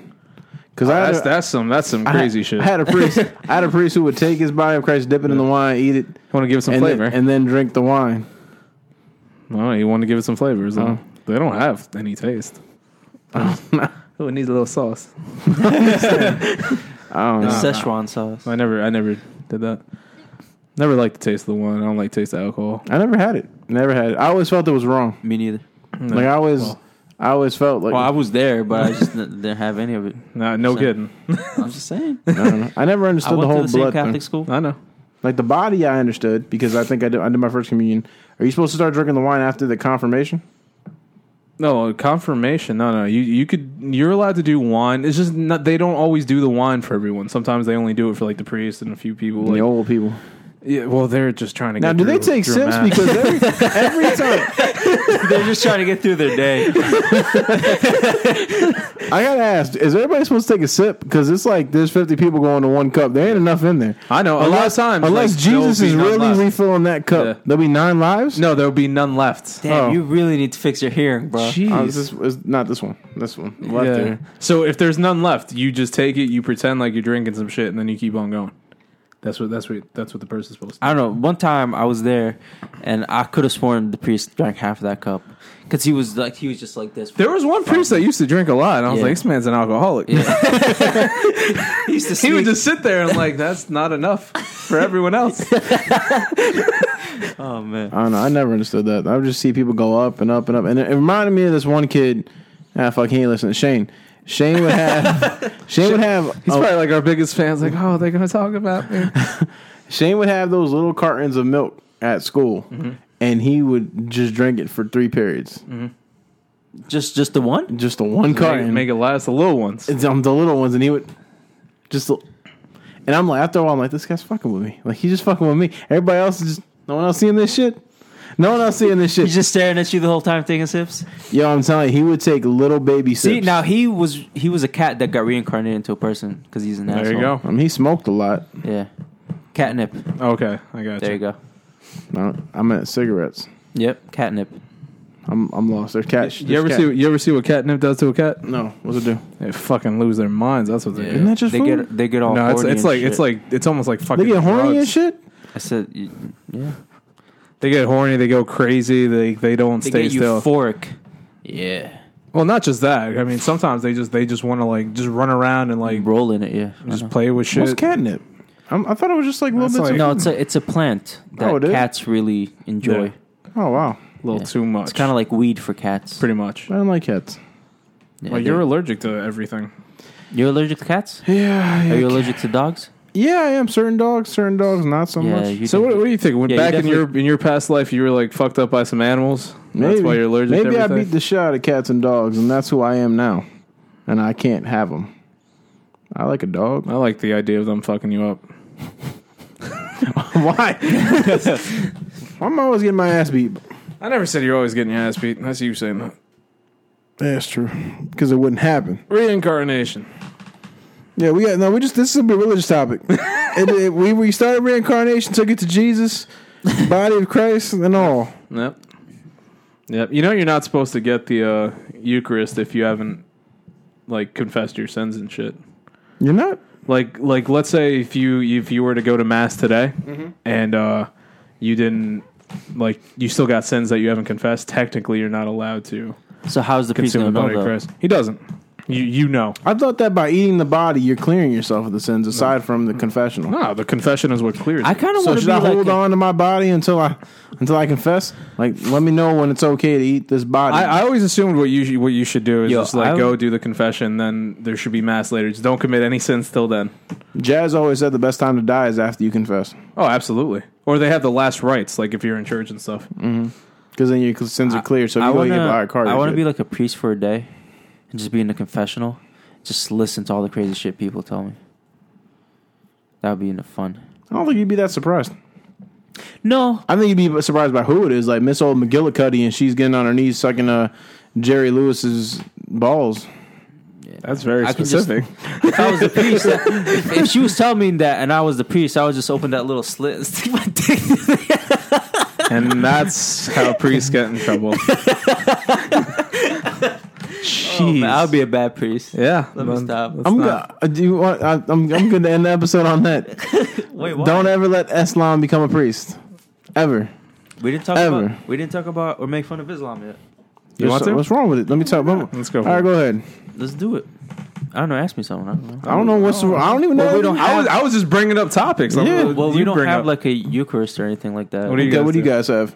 [SPEAKER 1] Because
[SPEAKER 3] Oh,
[SPEAKER 1] I had
[SPEAKER 2] That's
[SPEAKER 1] a-
[SPEAKER 2] that's some that's some
[SPEAKER 1] I had-
[SPEAKER 2] crazy shit.
[SPEAKER 1] I had a priest. I had a priest who would take his body of Christ, dip it in the wine, eat it,
[SPEAKER 2] want to give it some
[SPEAKER 1] and then,
[SPEAKER 2] flavor?
[SPEAKER 1] and then drink the wine.
[SPEAKER 2] oh, you want to give it some flavors? Huh? They don't have any taste. Oh, it needs a little sauce.
[SPEAKER 1] I don't
[SPEAKER 3] The
[SPEAKER 1] know.
[SPEAKER 3] Szechuan sauce.
[SPEAKER 2] I never I never did that. Never liked the taste of the wine. I don't like taste of alcohol.
[SPEAKER 1] I never had it. Never had it. I always felt it was wrong.
[SPEAKER 3] Me neither.
[SPEAKER 1] Like I always,
[SPEAKER 2] Well.
[SPEAKER 1] I always felt like
[SPEAKER 3] Well, I was there, but I just n- didn't have any of it.
[SPEAKER 2] Nah, no
[SPEAKER 3] So-
[SPEAKER 2] kidding.
[SPEAKER 3] I'm just saying.
[SPEAKER 1] I, don't know. I never
[SPEAKER 3] I
[SPEAKER 1] understood the
[SPEAKER 3] went
[SPEAKER 1] whole
[SPEAKER 3] to the same
[SPEAKER 1] blood
[SPEAKER 3] Catholic
[SPEAKER 1] thing.
[SPEAKER 3] school.
[SPEAKER 2] I know.
[SPEAKER 1] Like the body, I understood because I think I did. I did my first communion. Are you supposed to start drinking the wine after the confirmation?
[SPEAKER 2] No confirmation. No, no. You you could. You're allowed to do wine. It's just not. They don't always do the wine for everyone. Sometimes they only do it for like the priest and a few people.
[SPEAKER 1] the
[SPEAKER 2] Like,
[SPEAKER 1] old people.
[SPEAKER 2] yeah. Well, they're just trying to.
[SPEAKER 1] Now,
[SPEAKER 2] get
[SPEAKER 1] do they
[SPEAKER 2] through-
[SPEAKER 1] take
[SPEAKER 2] through
[SPEAKER 1] sips?
[SPEAKER 2] mass.
[SPEAKER 1] Because every, every time
[SPEAKER 3] They're just trying to get through their day.
[SPEAKER 1] I gotta ask, is everybody supposed to take a sip? Because it's like there's 50 people going to one cup. There ain't enough in there.
[SPEAKER 2] I know. A lot of times,
[SPEAKER 1] unless
[SPEAKER 2] like, there'll
[SPEAKER 1] Jesus
[SPEAKER 2] be
[SPEAKER 1] is
[SPEAKER 2] none
[SPEAKER 1] really
[SPEAKER 2] left.
[SPEAKER 1] refilling that cup,
[SPEAKER 2] Yeah.
[SPEAKER 1] there'll be nine lives.
[SPEAKER 2] no, there'll be none left.
[SPEAKER 3] Damn,
[SPEAKER 1] Oh.
[SPEAKER 3] you really need to fix your hearing, bro.
[SPEAKER 1] Oh,
[SPEAKER 2] Jeez.
[SPEAKER 1] this is not this one. This one. Left
[SPEAKER 2] yeah.
[SPEAKER 1] there.
[SPEAKER 2] So if there's none left, you just take it. You pretend like you're drinking some shit, and then you keep on going. That's what that's what that's what the person's supposed to.
[SPEAKER 3] I don't know. One time I was there, and I could have sworn the priest drank half of that cup because he was like he was just like this.
[SPEAKER 2] There was one priest that used to drink a lot, and I was
[SPEAKER 3] Yeah.
[SPEAKER 2] like, "This man's an alcoholic."
[SPEAKER 3] he used to
[SPEAKER 2] he would
[SPEAKER 3] sneak-
[SPEAKER 2] just sit there and like, "That's not enough for everyone else."
[SPEAKER 3] oh man.
[SPEAKER 1] I don't know. I never understood that. I would just see people go up and up and up, and it, it reminded me of this one kid. Ah, fuck, he ain't listening. Shane. Shane would have. Shane would have.
[SPEAKER 2] He's
[SPEAKER 1] oh,
[SPEAKER 2] probably like our biggest fans. Like, oh, they're gonna talk about me.
[SPEAKER 1] Shane would have those little cartons of milk at school,
[SPEAKER 2] Mm-hmm.
[SPEAKER 1] and he would just drink it for three periods.
[SPEAKER 3] Just just the one?
[SPEAKER 1] Just the one
[SPEAKER 2] Make,
[SPEAKER 1] carton.
[SPEAKER 2] make it last the little ones.
[SPEAKER 1] it's um, the little ones, and he would just. l- And I'm like, after a while, I'm like, this guy's fucking with me. Like he's just fucking with me. Everybody else is just no one else seeing this shit. No one else seeing this shit.
[SPEAKER 3] He's just staring at you the whole time, taking sips.
[SPEAKER 1] Yo, I'm telling you, he would take little baby sips.
[SPEAKER 3] See, now he was he was a cat that got reincarnated into a person because he's an
[SPEAKER 2] There
[SPEAKER 3] asshole.
[SPEAKER 2] you go.
[SPEAKER 1] I mean, Um, he smoked a lot.
[SPEAKER 3] Yeah, catnip.
[SPEAKER 2] Okay, I got
[SPEAKER 3] There
[SPEAKER 2] you.
[SPEAKER 3] you go.
[SPEAKER 1] No, I meant cigarettes.
[SPEAKER 3] Yep, catnip.
[SPEAKER 1] I'm I'm lost. There's cat.
[SPEAKER 2] You ever
[SPEAKER 1] there's
[SPEAKER 2] see
[SPEAKER 1] cat.
[SPEAKER 2] you ever see what catnip does to a cat?
[SPEAKER 1] No, what's it do?
[SPEAKER 2] They fucking lose their minds. That's what they do.
[SPEAKER 1] Isn't that just
[SPEAKER 3] they
[SPEAKER 1] food?
[SPEAKER 3] get they get all.
[SPEAKER 2] No, it's,
[SPEAKER 3] horny
[SPEAKER 2] it's
[SPEAKER 3] and
[SPEAKER 2] like it's
[SPEAKER 3] shit.
[SPEAKER 2] like it's almost like
[SPEAKER 1] They
[SPEAKER 2] fucking.
[SPEAKER 1] get horny
[SPEAKER 2] drugs.
[SPEAKER 1] and shit.
[SPEAKER 3] I said. y- Yeah,
[SPEAKER 2] They get horny. They go crazy. They they don't
[SPEAKER 3] they
[SPEAKER 2] stay
[SPEAKER 3] get
[SPEAKER 2] still.
[SPEAKER 3] euphoric. Yeah,
[SPEAKER 2] well, not just that. I mean, sometimes they just they just want to like just run around and like
[SPEAKER 3] rolling it. Yeah, I
[SPEAKER 2] just
[SPEAKER 3] know.
[SPEAKER 2] play with shit.
[SPEAKER 1] What's catnip? I'm, I thought it was just like little
[SPEAKER 2] That's
[SPEAKER 1] bits.
[SPEAKER 2] like-
[SPEAKER 3] no, it's a it's a plant that
[SPEAKER 1] Oh, it is?
[SPEAKER 3] cats really enjoy.
[SPEAKER 2] Yeah.
[SPEAKER 1] of, oh wow,
[SPEAKER 2] a little too much.
[SPEAKER 3] It's kind of like weed for cats.
[SPEAKER 2] pretty much.
[SPEAKER 1] I don't like cats.
[SPEAKER 3] Yeah,
[SPEAKER 2] Like
[SPEAKER 3] they-
[SPEAKER 2] you're allergic to everything.
[SPEAKER 3] you're allergic to cats.
[SPEAKER 1] Yeah, yeah,
[SPEAKER 3] Are you allergic to dogs?
[SPEAKER 1] yeah, I am. Certain dogs, certain dogs, not so
[SPEAKER 3] Yeah,
[SPEAKER 1] much.
[SPEAKER 3] you
[SPEAKER 2] So
[SPEAKER 3] do.
[SPEAKER 2] what, what do you think? When
[SPEAKER 3] Yeah, you
[SPEAKER 2] back in your in your past life, you were like fucked up by some animals. That's why you're allergic. to
[SPEAKER 1] Maybe I beat
[SPEAKER 2] everything?
[SPEAKER 1] the shit out of cats and dogs, and that's who I am now. And I can't have them. I like a dog.
[SPEAKER 2] I like the idea of them fucking you up.
[SPEAKER 1] Why? I'm always getting my ass beat.
[SPEAKER 2] I never said you're always getting your ass beat. That's you saying that.
[SPEAKER 1] That's true. Because it wouldn't happen.
[SPEAKER 2] Reincarnation.
[SPEAKER 1] Yeah, we got no. We just this is a religious topic. it, it- we we started reincarnation, took it to Jesus, body of Christ, and all.
[SPEAKER 2] Yep. Yep. You know you're not supposed to get the uh, Eucharist if you haven't like confessed your sins and shit.
[SPEAKER 1] You're not.
[SPEAKER 2] Like like let's say if you if you were to go to mass today
[SPEAKER 3] Mm-hmm.
[SPEAKER 2] and uh, you didn't like you still got sins that you haven't confessed. Technically, you're not allowed to
[SPEAKER 3] So how's the priest
[SPEAKER 2] consume the body
[SPEAKER 3] gonna know
[SPEAKER 2] of
[SPEAKER 3] though?
[SPEAKER 2] Christ. He doesn't. You you know.
[SPEAKER 1] I thought that by eating the body, you're clearing yourself of the sins aside from the confessional.
[SPEAKER 2] No, the confession is what clears.
[SPEAKER 3] I
[SPEAKER 2] it.
[SPEAKER 3] kind of
[SPEAKER 1] So
[SPEAKER 3] want to
[SPEAKER 1] should
[SPEAKER 3] be
[SPEAKER 1] I
[SPEAKER 3] like
[SPEAKER 1] hold
[SPEAKER 3] a-
[SPEAKER 1] on to my body until I until I confess? Like, let me know when it's okay to eat this body.
[SPEAKER 2] I, I always assumed what you sh- what you should do is
[SPEAKER 3] Yo,
[SPEAKER 2] just like
[SPEAKER 3] I
[SPEAKER 2] go
[SPEAKER 3] would-
[SPEAKER 2] do the confession, then there should be mass later. Just don't commit any sins till then.
[SPEAKER 1] Jazz always said the best time to die is after you confess,
[SPEAKER 2] Oh, absolutely. Or they have the last rites, like if you're in church and stuff.
[SPEAKER 1] because then your sins are clear. So if
[SPEAKER 3] I
[SPEAKER 1] you go
[SPEAKER 3] want
[SPEAKER 1] eat a body
[SPEAKER 3] to.
[SPEAKER 1] card.
[SPEAKER 3] I want to be like a priest for a day, and just be in the confessional. Just listen to all the crazy shit people tell me. That would be in the fun.
[SPEAKER 1] I don't think you'd be that surprised.
[SPEAKER 3] No,
[SPEAKER 1] I think you'd be surprised by who it is, like Miss Old McGillicuddy, and she's getting on her knees sucking uh, Jerry Lewis's balls.
[SPEAKER 2] That's very
[SPEAKER 3] I can just-
[SPEAKER 2] specific.
[SPEAKER 3] if I was the priest, that- if, if she was telling me that, and I was the priest, I would just open that little slit and stick my dick.
[SPEAKER 2] and that's how priests get in trouble. Jeez.
[SPEAKER 3] Oh, Man, I'll be a bad priest.
[SPEAKER 2] yeah.
[SPEAKER 3] Let me
[SPEAKER 2] man.
[SPEAKER 3] stop.
[SPEAKER 1] I'm
[SPEAKER 2] not-
[SPEAKER 1] go- uh, do you want, I, I'm I'm going to end the episode on that.
[SPEAKER 3] Wait, what?
[SPEAKER 1] Don't ever let Islam become a priest, ever.
[SPEAKER 3] we didn't talk
[SPEAKER 1] ever.
[SPEAKER 3] about. We didn't talk about or make fun of Islam yet.
[SPEAKER 2] You want
[SPEAKER 1] What's-
[SPEAKER 2] to?
[SPEAKER 1] What's wrong with it? Let me talk. about
[SPEAKER 2] Let's go
[SPEAKER 1] All
[SPEAKER 2] for
[SPEAKER 1] right,
[SPEAKER 2] it.
[SPEAKER 1] go ahead.
[SPEAKER 3] Let's do it. I don't know. Ask me something. I don't know.
[SPEAKER 1] I don't know what's. I don't even know.
[SPEAKER 3] Well, we don't
[SPEAKER 2] I was, I was just bringing up topics. I'm-
[SPEAKER 1] Yeah.
[SPEAKER 3] Well,
[SPEAKER 2] you
[SPEAKER 3] we don't
[SPEAKER 2] bring
[SPEAKER 3] have
[SPEAKER 2] up-
[SPEAKER 3] like a Eucharist or anything like that.
[SPEAKER 2] What do you
[SPEAKER 1] Okay,
[SPEAKER 2] guys
[SPEAKER 1] what do you
[SPEAKER 2] do.
[SPEAKER 1] guys have?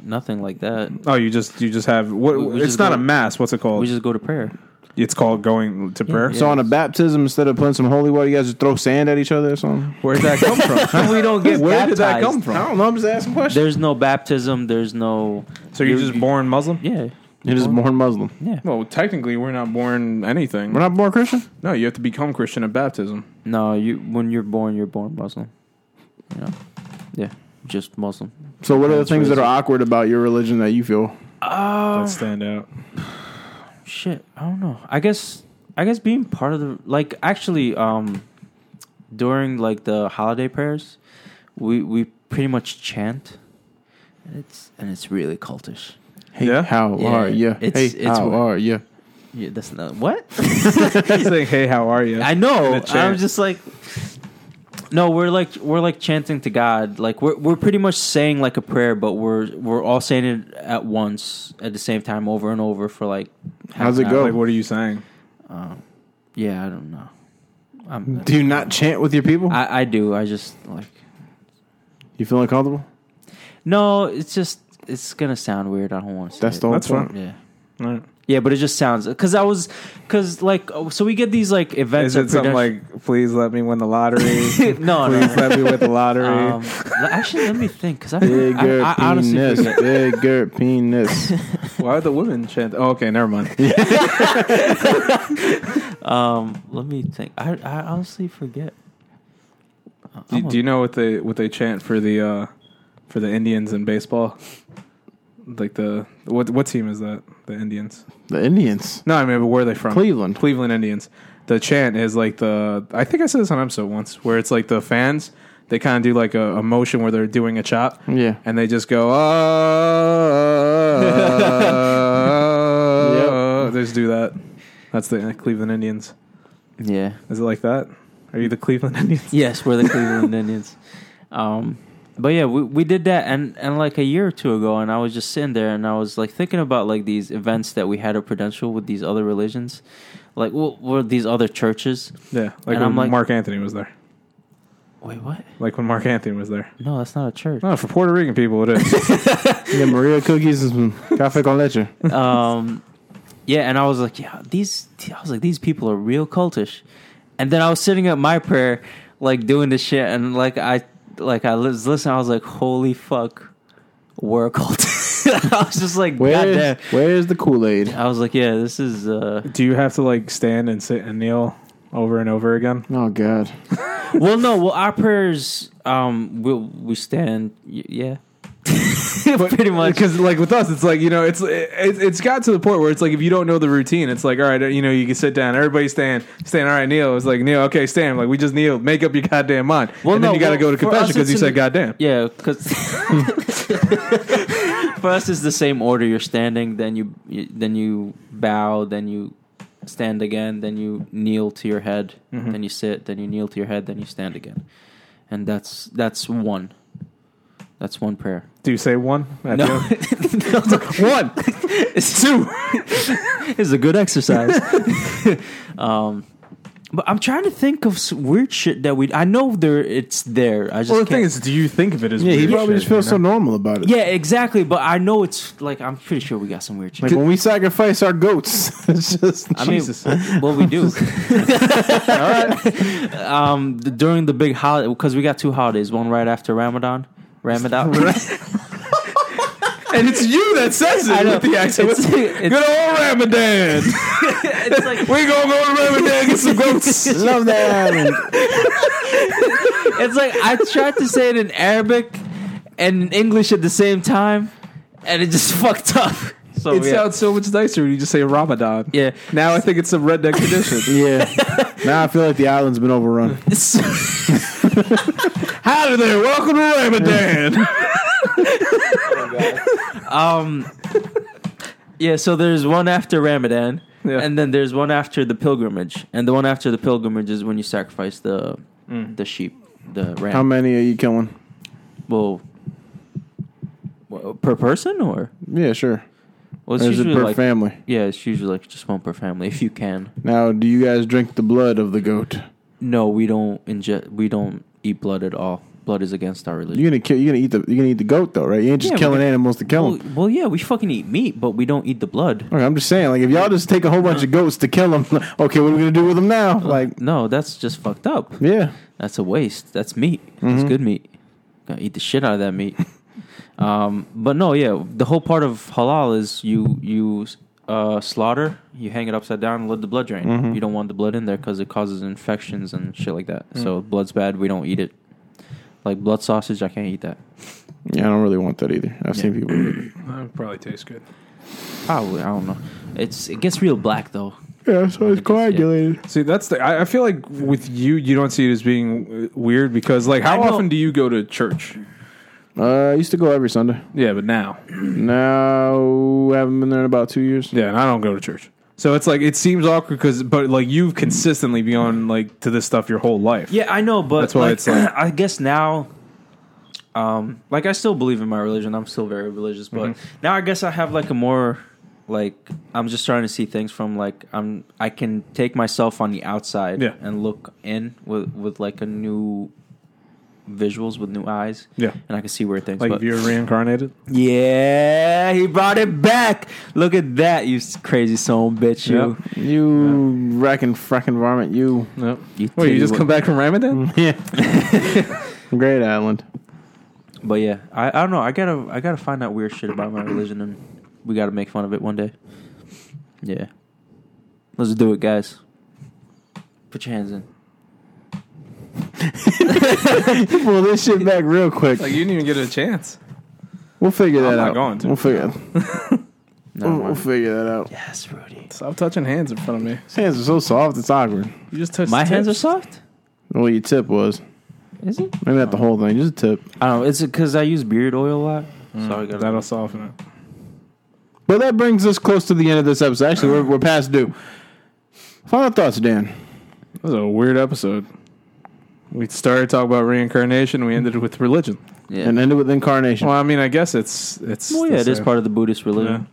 [SPEAKER 3] Nothing like that.
[SPEAKER 2] Oh, you just you just have what?
[SPEAKER 3] We- we
[SPEAKER 2] it's
[SPEAKER 3] just
[SPEAKER 2] not
[SPEAKER 3] go-
[SPEAKER 2] a mass. What's it called?
[SPEAKER 3] We just go to prayer.
[SPEAKER 2] it's called going to prayer.
[SPEAKER 3] yeah.
[SPEAKER 1] So on a baptism, instead of putting some holy water, you guys just throw sand at each other or something.
[SPEAKER 2] Where'd that come from?
[SPEAKER 3] we don't get
[SPEAKER 2] Where did
[SPEAKER 3] baptized.
[SPEAKER 2] that come
[SPEAKER 1] I
[SPEAKER 2] from?
[SPEAKER 1] don't know. I'm just asking questions.
[SPEAKER 3] There's no baptism. There's no.
[SPEAKER 2] So you're just born Muslim?
[SPEAKER 3] Yeah.
[SPEAKER 1] You're just born Muslim.
[SPEAKER 3] Yeah.
[SPEAKER 2] Well, technically, we're not born anything.
[SPEAKER 1] We're not born Christian.
[SPEAKER 2] no, you have to become Christian at baptism.
[SPEAKER 3] No, you when you're born, you're born Muslim. You know. Yeah. Just Muslim.
[SPEAKER 1] So what are the
[SPEAKER 3] That's
[SPEAKER 1] things that
[SPEAKER 3] crazy.
[SPEAKER 1] are awkward about your religion that you feel?
[SPEAKER 3] Oh
[SPEAKER 2] That stand out.
[SPEAKER 3] shit. I don't know. I guess. I guess being part of the like actually um, during like the holiday prayers, we we pretty much chant. And it's and it's really cultish.
[SPEAKER 1] Hey,
[SPEAKER 2] Yeah?
[SPEAKER 1] how
[SPEAKER 3] Yeah,
[SPEAKER 1] are you? Hey,
[SPEAKER 3] it's- it's
[SPEAKER 1] how
[SPEAKER 3] weird.
[SPEAKER 1] are you?
[SPEAKER 3] Yeah, that's not what
[SPEAKER 2] Saying, "Hey, how are you?"
[SPEAKER 3] I know.
[SPEAKER 2] The chant.
[SPEAKER 3] I'm just like. No, we're like we're like chanting to God. Like we're we're pretty much saying like a prayer, but we're we're all saying it at once at the same time over and over for like half
[SPEAKER 1] How's
[SPEAKER 3] an
[SPEAKER 1] it go?
[SPEAKER 3] hour. Um,
[SPEAKER 2] Like, what are you saying?
[SPEAKER 3] Yeah, I don't know. I'm,
[SPEAKER 1] Do you not chant with your people?
[SPEAKER 3] I I do. I just like
[SPEAKER 1] you feel uncomfortable?
[SPEAKER 3] no. It's just it's gonna sound weird. I don't want to.
[SPEAKER 1] That's
[SPEAKER 3] it.
[SPEAKER 1] the whole
[SPEAKER 2] That's
[SPEAKER 1] point.
[SPEAKER 2] fine.
[SPEAKER 3] yeah.
[SPEAKER 2] All right.
[SPEAKER 3] Yeah, but it just sounds because I was because like oh, so we get these like events.
[SPEAKER 2] Is it
[SPEAKER 3] at
[SPEAKER 2] something
[SPEAKER 3] production-
[SPEAKER 2] like, please let me win the lottery? please
[SPEAKER 3] no, no,
[SPEAKER 2] let me win the lottery?
[SPEAKER 3] Um, actually, let me think because I,
[SPEAKER 1] Bigger
[SPEAKER 3] I, I honestly
[SPEAKER 1] penis.
[SPEAKER 3] forget.
[SPEAKER 1] Bigger penis.
[SPEAKER 2] Why would the women chant? Oh, okay, never mind.
[SPEAKER 3] Um, let me think. I, I honestly forget.
[SPEAKER 2] do, do you know what they what they chant for the uh, for the Indians in baseball? Like the what what team is that? The Indians?
[SPEAKER 1] the Indians.
[SPEAKER 2] No, I mean, but where are they from?
[SPEAKER 1] Cleveland.
[SPEAKER 2] Cleveland Indians. The chant is like the I think I said this on an episode once where it's like the fans they kind of do like a, a motion where they're doing a chop.
[SPEAKER 1] Yeah.
[SPEAKER 2] and they just go "Uh, ah. uh, They just do that. That's the uh, Cleveland Indians.
[SPEAKER 3] Yeah.
[SPEAKER 2] Is it like that? Are you the Cleveland Indians?
[SPEAKER 3] Yes, we're the Cleveland Indians. Um, but yeah, we, we did that, and, and like a year or two ago, and I was just sitting there, and I was like thinking about like these events that we had at Prudential with these other religions, like what were these other churches?
[SPEAKER 2] Yeah, like
[SPEAKER 3] And
[SPEAKER 2] when
[SPEAKER 3] I'm like-
[SPEAKER 2] Mark Anthony was there.
[SPEAKER 3] Wait, what?
[SPEAKER 2] Like when Mark Anthony was there.
[SPEAKER 3] No, that's not a church.
[SPEAKER 2] No, Oh, for Puerto Rican people, it is.
[SPEAKER 1] Yeah, Maria cookies and some cafe con leche.
[SPEAKER 3] um, yeah, and I was like, yeah, these. I was like, these people are real cultish. And then I was sitting at my prayer, like doing this shit, and like I, like I was listening. I was like, holy fuck, we're a cult. I was just like, goddamn.
[SPEAKER 1] Where's Where's the Kool Aid?
[SPEAKER 3] I was like, yeah, this is. uh
[SPEAKER 2] do you have to like stand and sit and kneel over and over again?
[SPEAKER 1] Oh God.
[SPEAKER 3] Well, no, well, our prayers, um, we we stand, y- yeah, pretty much.
[SPEAKER 2] Because like with us, it's like you know, it's it, it's got to the point where it's like if you don't know the routine, it's like all right, you know, you can sit down, everybody stand, stand. All right, kneel. It's like kneel, okay, stand. Like we just kneel, make up your goddamn mind.
[SPEAKER 3] Well,
[SPEAKER 2] and
[SPEAKER 3] no,
[SPEAKER 2] then you got to
[SPEAKER 3] well,
[SPEAKER 2] go to
[SPEAKER 3] for
[SPEAKER 2] confession
[SPEAKER 3] us,
[SPEAKER 2] because you
[SPEAKER 3] it's in
[SPEAKER 2] said
[SPEAKER 3] the-
[SPEAKER 2] goddamn.
[SPEAKER 3] Yeah, because for us it's the same order. You're standing, then you, you then you bow, then you stand again, then you kneel to your head, then you sit, then you kneel to your head, then you stand again, and that's that's one. That's one prayer.
[SPEAKER 2] Do you say one? At the
[SPEAKER 3] No,
[SPEAKER 2] end?
[SPEAKER 3] one, it's two. it's a good exercise. um, but I'm trying to think of some weird shit that we. I know there, it's there. I just
[SPEAKER 2] Well, the
[SPEAKER 3] can't.
[SPEAKER 2] thing is, do you think of it as
[SPEAKER 1] Yeah, he
[SPEAKER 2] weird
[SPEAKER 1] probably
[SPEAKER 2] shit,
[SPEAKER 1] just feels
[SPEAKER 2] you
[SPEAKER 1] so
[SPEAKER 2] know?
[SPEAKER 1] normal about it.
[SPEAKER 3] Yeah, exactly. But I know it's like I'm pretty sure we got some weird shit.
[SPEAKER 1] Like when we sacrifice our goats, it's just
[SPEAKER 3] I mean, well, we do. um, th- during the big holiday, because we got two holidays, one right after Ramadan, Ramadan.
[SPEAKER 2] and it's you that says
[SPEAKER 3] I
[SPEAKER 2] it
[SPEAKER 3] know.
[SPEAKER 2] with the accent.
[SPEAKER 3] It's- it's-
[SPEAKER 2] Good
[SPEAKER 1] Oh,
[SPEAKER 2] old Ramadan.
[SPEAKER 3] it's like
[SPEAKER 2] we gonna go to Ramadan and get some goats.
[SPEAKER 1] love that. And
[SPEAKER 3] it's like I tried to say it in Arabic and in English at the same time, and it just fucked up. So
[SPEAKER 2] It
[SPEAKER 3] yeah.
[SPEAKER 2] sounds so much nicer when you just say Ramadan.
[SPEAKER 3] Yeah.
[SPEAKER 2] Now I think it's some redneck tradition.
[SPEAKER 1] yeah. Now I feel like the island's been overrun.
[SPEAKER 2] Howdy there. Welcome to Ramadan.
[SPEAKER 3] um, yeah. So there's one after Ramadan,
[SPEAKER 2] Yeah.
[SPEAKER 3] and then there's one after the pilgrimage, and the one after the pilgrimage is when you sacrifice the the sheep, the ram.
[SPEAKER 1] How many are you killing?
[SPEAKER 3] well, well, per person or
[SPEAKER 1] Yeah, sure.
[SPEAKER 3] well, it's
[SPEAKER 1] Or is it
[SPEAKER 3] usually
[SPEAKER 1] per
[SPEAKER 3] like
[SPEAKER 1] family?
[SPEAKER 3] yeah, it's usually like just one per family if you can.
[SPEAKER 1] Now, do you guys drink the blood of the goat?
[SPEAKER 3] No, we don't ingest. We don't eat blood at all. Blood is against our religion.
[SPEAKER 1] You're gonna kill. You're gonna eat the. You're gonna eat the goat though, right? You ain't just
[SPEAKER 3] Yeah, we
[SPEAKER 1] killing
[SPEAKER 3] can-
[SPEAKER 1] animals to kill
[SPEAKER 3] Well,
[SPEAKER 1] them.
[SPEAKER 3] well, yeah, we fucking eat meat, but we don't eat the blood.
[SPEAKER 1] Okay, I'm just saying, like, if y'all just take a whole bunch of goats to kill them, okay, what are we gonna do with them now? Like,
[SPEAKER 3] No, that's just fucked up.
[SPEAKER 1] yeah, Mm-hmm.
[SPEAKER 3] That's a waste. That's meat. That's good meat. Gotta eat the shit out of that meat. um, but no, yeah, the whole part of halal is you you uh, slaughter, you hang it upside down, and let the blood drain.
[SPEAKER 1] Mm-hmm.
[SPEAKER 3] You don't want the blood in there because it causes infections and shit like that. So
[SPEAKER 1] Mm.
[SPEAKER 3] blood's bad. We don't eat it. Like blood sausage, I can't eat that.
[SPEAKER 1] yeah. I don't really want that either. I've seen people. eat it.
[SPEAKER 2] That probably tastes good.
[SPEAKER 3] Probably, I don't know. It's it gets real black though.
[SPEAKER 1] Yeah, so it's coagulated.
[SPEAKER 2] See, that's the. I, I feel like with you, you don't see it as being uh, weird because, like, how
[SPEAKER 3] I know-
[SPEAKER 2] often do you go to church?
[SPEAKER 1] Uh, I used to go every Sunday.
[SPEAKER 2] Yeah, but now.
[SPEAKER 1] Now haven't been there in about two years.
[SPEAKER 2] Yeah, and I don't go to church. So it's like it seems awkward because, but like you've consistently been on like to this stuff your whole life.
[SPEAKER 3] Yeah, I know, but
[SPEAKER 2] That's why
[SPEAKER 3] like,
[SPEAKER 2] it's like-
[SPEAKER 3] I guess now, um, like I still believe in my religion. I'm still very religious, but
[SPEAKER 2] Mm-hmm.
[SPEAKER 3] now I guess I have like a more like I'm just starting to see things from like I'm I can take myself on the outside
[SPEAKER 2] Yeah.
[SPEAKER 3] and look in with with like a new visuals with new eyes.
[SPEAKER 2] Yeah.
[SPEAKER 3] and I can see where things.
[SPEAKER 2] Like
[SPEAKER 3] but-
[SPEAKER 2] if you're reincarnated,
[SPEAKER 3] yeah, he brought it back. Look at that, you s- crazy son of a bitch. You.
[SPEAKER 2] Yep.
[SPEAKER 1] You racking fracking varmint. You
[SPEAKER 2] no.
[SPEAKER 3] You
[SPEAKER 2] Wait, you
[SPEAKER 3] titty
[SPEAKER 2] just
[SPEAKER 3] wh-
[SPEAKER 2] come back from Ramadan?
[SPEAKER 1] yeah. Great island.
[SPEAKER 3] But yeah, I, I don't know. I gotta I gotta find out weird shit about my religion, and we gotta make fun of it one day. Yeah, let's do it, guys. Put your hands in.
[SPEAKER 1] Pull this shit back real quick.
[SPEAKER 2] Like you didn't even get a chance.
[SPEAKER 1] We'll figure that
[SPEAKER 2] I'm not
[SPEAKER 1] out.
[SPEAKER 2] going to.
[SPEAKER 1] We'll figure.
[SPEAKER 3] No,
[SPEAKER 1] we'll, we'll figure that out.
[SPEAKER 3] yes, Rudy.
[SPEAKER 2] Stop touching hands in front of me.
[SPEAKER 1] His hands are so soft, it's awkward.
[SPEAKER 2] You just touched
[SPEAKER 3] My
[SPEAKER 2] tips.
[SPEAKER 3] hands are soft.
[SPEAKER 1] Well, your tip was
[SPEAKER 3] Is it?
[SPEAKER 1] maybe not the whole thing, just a tip.
[SPEAKER 3] I don't know. It's because I use beard oil a lot. So I gotta.
[SPEAKER 2] Mm. That'll soften it.
[SPEAKER 1] But that brings us close to the end of this episode. Actually, we're, we're past due. Final thoughts, Dan.
[SPEAKER 2] That was a weird episode. We started talking about reincarnation. We ended with religion.
[SPEAKER 3] yeah.
[SPEAKER 1] And end it with incarnation.
[SPEAKER 2] Well, I mean, I guess it's it's.
[SPEAKER 3] well,
[SPEAKER 2] the
[SPEAKER 3] yeah, it is
[SPEAKER 2] same.
[SPEAKER 3] part of the Buddhist religion.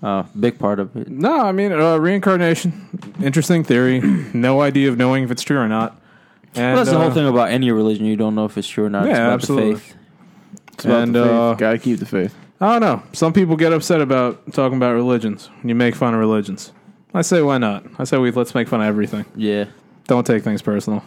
[SPEAKER 3] Uh, big part of it.
[SPEAKER 2] No, I mean uh, reincarnation. Interesting theory. no idea of knowing if it's true or not. And,
[SPEAKER 3] Well, that's the
[SPEAKER 2] uh,
[SPEAKER 3] whole thing about any religion. You don't know if it's true or not.
[SPEAKER 2] Yeah,
[SPEAKER 3] it's about
[SPEAKER 2] absolutely.
[SPEAKER 3] The faith.
[SPEAKER 1] It's about
[SPEAKER 2] and,
[SPEAKER 1] the faith.
[SPEAKER 2] uh,
[SPEAKER 1] Gotta keep the faith.
[SPEAKER 2] I don't know. Some people get upset about talking about religions when you make fun of religions. I say why not? I say we let's make fun of everything.
[SPEAKER 3] Yeah.
[SPEAKER 2] Don't take things personal.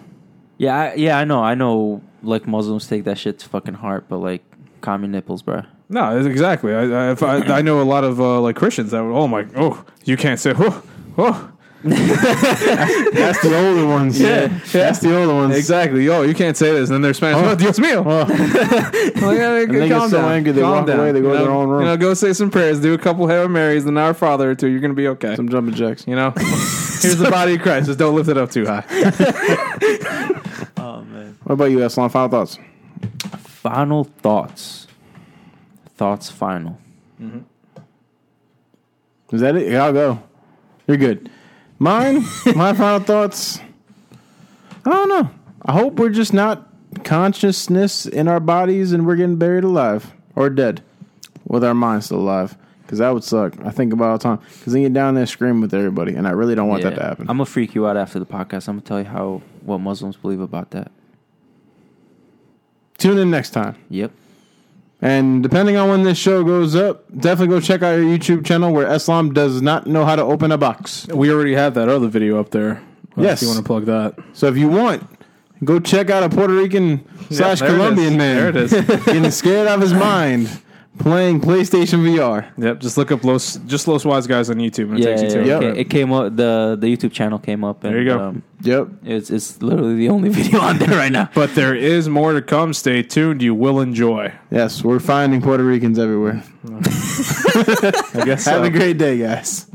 [SPEAKER 3] Yeah, I, yeah, I know, I know. Like Muslims take that shit to fucking heart, but like, calm your nipples, bro.
[SPEAKER 2] No, that's exactly. I I, if I, I know a lot of uh, like Christians that would. Oh my! Oh, you can't say. Oh, oh.
[SPEAKER 1] That's the older ones.
[SPEAKER 2] Yeah,
[SPEAKER 1] That's the older ones.
[SPEAKER 2] Exactly. Yo, you can't say this. And then they're Spanish.
[SPEAKER 1] Oh.
[SPEAKER 2] Oh, Dios mío. Like, yeah,
[SPEAKER 1] And they get
[SPEAKER 2] calm
[SPEAKER 1] so
[SPEAKER 2] down.
[SPEAKER 1] angry they
[SPEAKER 2] Calm
[SPEAKER 1] walk
[SPEAKER 2] down.
[SPEAKER 1] away, they
[SPEAKER 2] you
[SPEAKER 1] go to
[SPEAKER 2] know,
[SPEAKER 1] their own room.
[SPEAKER 2] You know, go say some prayers, do a couple Hail Marys, then Our Father or two. You're gonna be okay.
[SPEAKER 1] Some jumping jacks.
[SPEAKER 2] you know, here's the body of Christ. Just don't lift it up too high.
[SPEAKER 3] Oh man.
[SPEAKER 1] What about you, Aslan? Final thoughts.
[SPEAKER 3] Final thoughts. Thoughts final.
[SPEAKER 1] Is that it? Yeah, I'll go. You're good. Mine, my final thoughts. I don't know. I hope we're just not consciousness in our bodies and we're getting buried alive or dead with our minds still alive. Because that would suck. I think about it all the time. Because then you're down there screaming with everybody, and I really don't want
[SPEAKER 3] Yeah.
[SPEAKER 1] that to happen.
[SPEAKER 3] I'm gonna freak you out after the podcast. I'm gonna tell you how what Muslims believe about that.
[SPEAKER 1] Tune in next time.
[SPEAKER 3] Yep.
[SPEAKER 1] And depending on when this show goes up, definitely go check out our YouTube channel where Eslam does not know how to open a box.
[SPEAKER 2] We already have that other video up there.
[SPEAKER 1] Yes.
[SPEAKER 2] If you want to plug that.
[SPEAKER 1] So if you want, go check out a Puerto Rican slash
[SPEAKER 2] there it is.
[SPEAKER 1] Colombian man.
[SPEAKER 2] There it is.
[SPEAKER 1] getting scared out of his mind playing PlayStation VR.
[SPEAKER 2] Yep, just look up Los just Los Wise Guys on YouTube and it
[SPEAKER 3] Yeah,
[SPEAKER 2] takes you to
[SPEAKER 3] yeah,
[SPEAKER 2] it.
[SPEAKER 3] okay. it came up. the The YouTube channel came up. And, um,
[SPEAKER 2] There you go.
[SPEAKER 1] Yep.
[SPEAKER 3] it's it's literally the only video on there right now.
[SPEAKER 2] But there is more to come. Stay tuned. You will enjoy.
[SPEAKER 1] Yes, we're finding Puerto Ricans everywhere.
[SPEAKER 2] I guess
[SPEAKER 1] Have
[SPEAKER 2] so.
[SPEAKER 1] a great day, guys.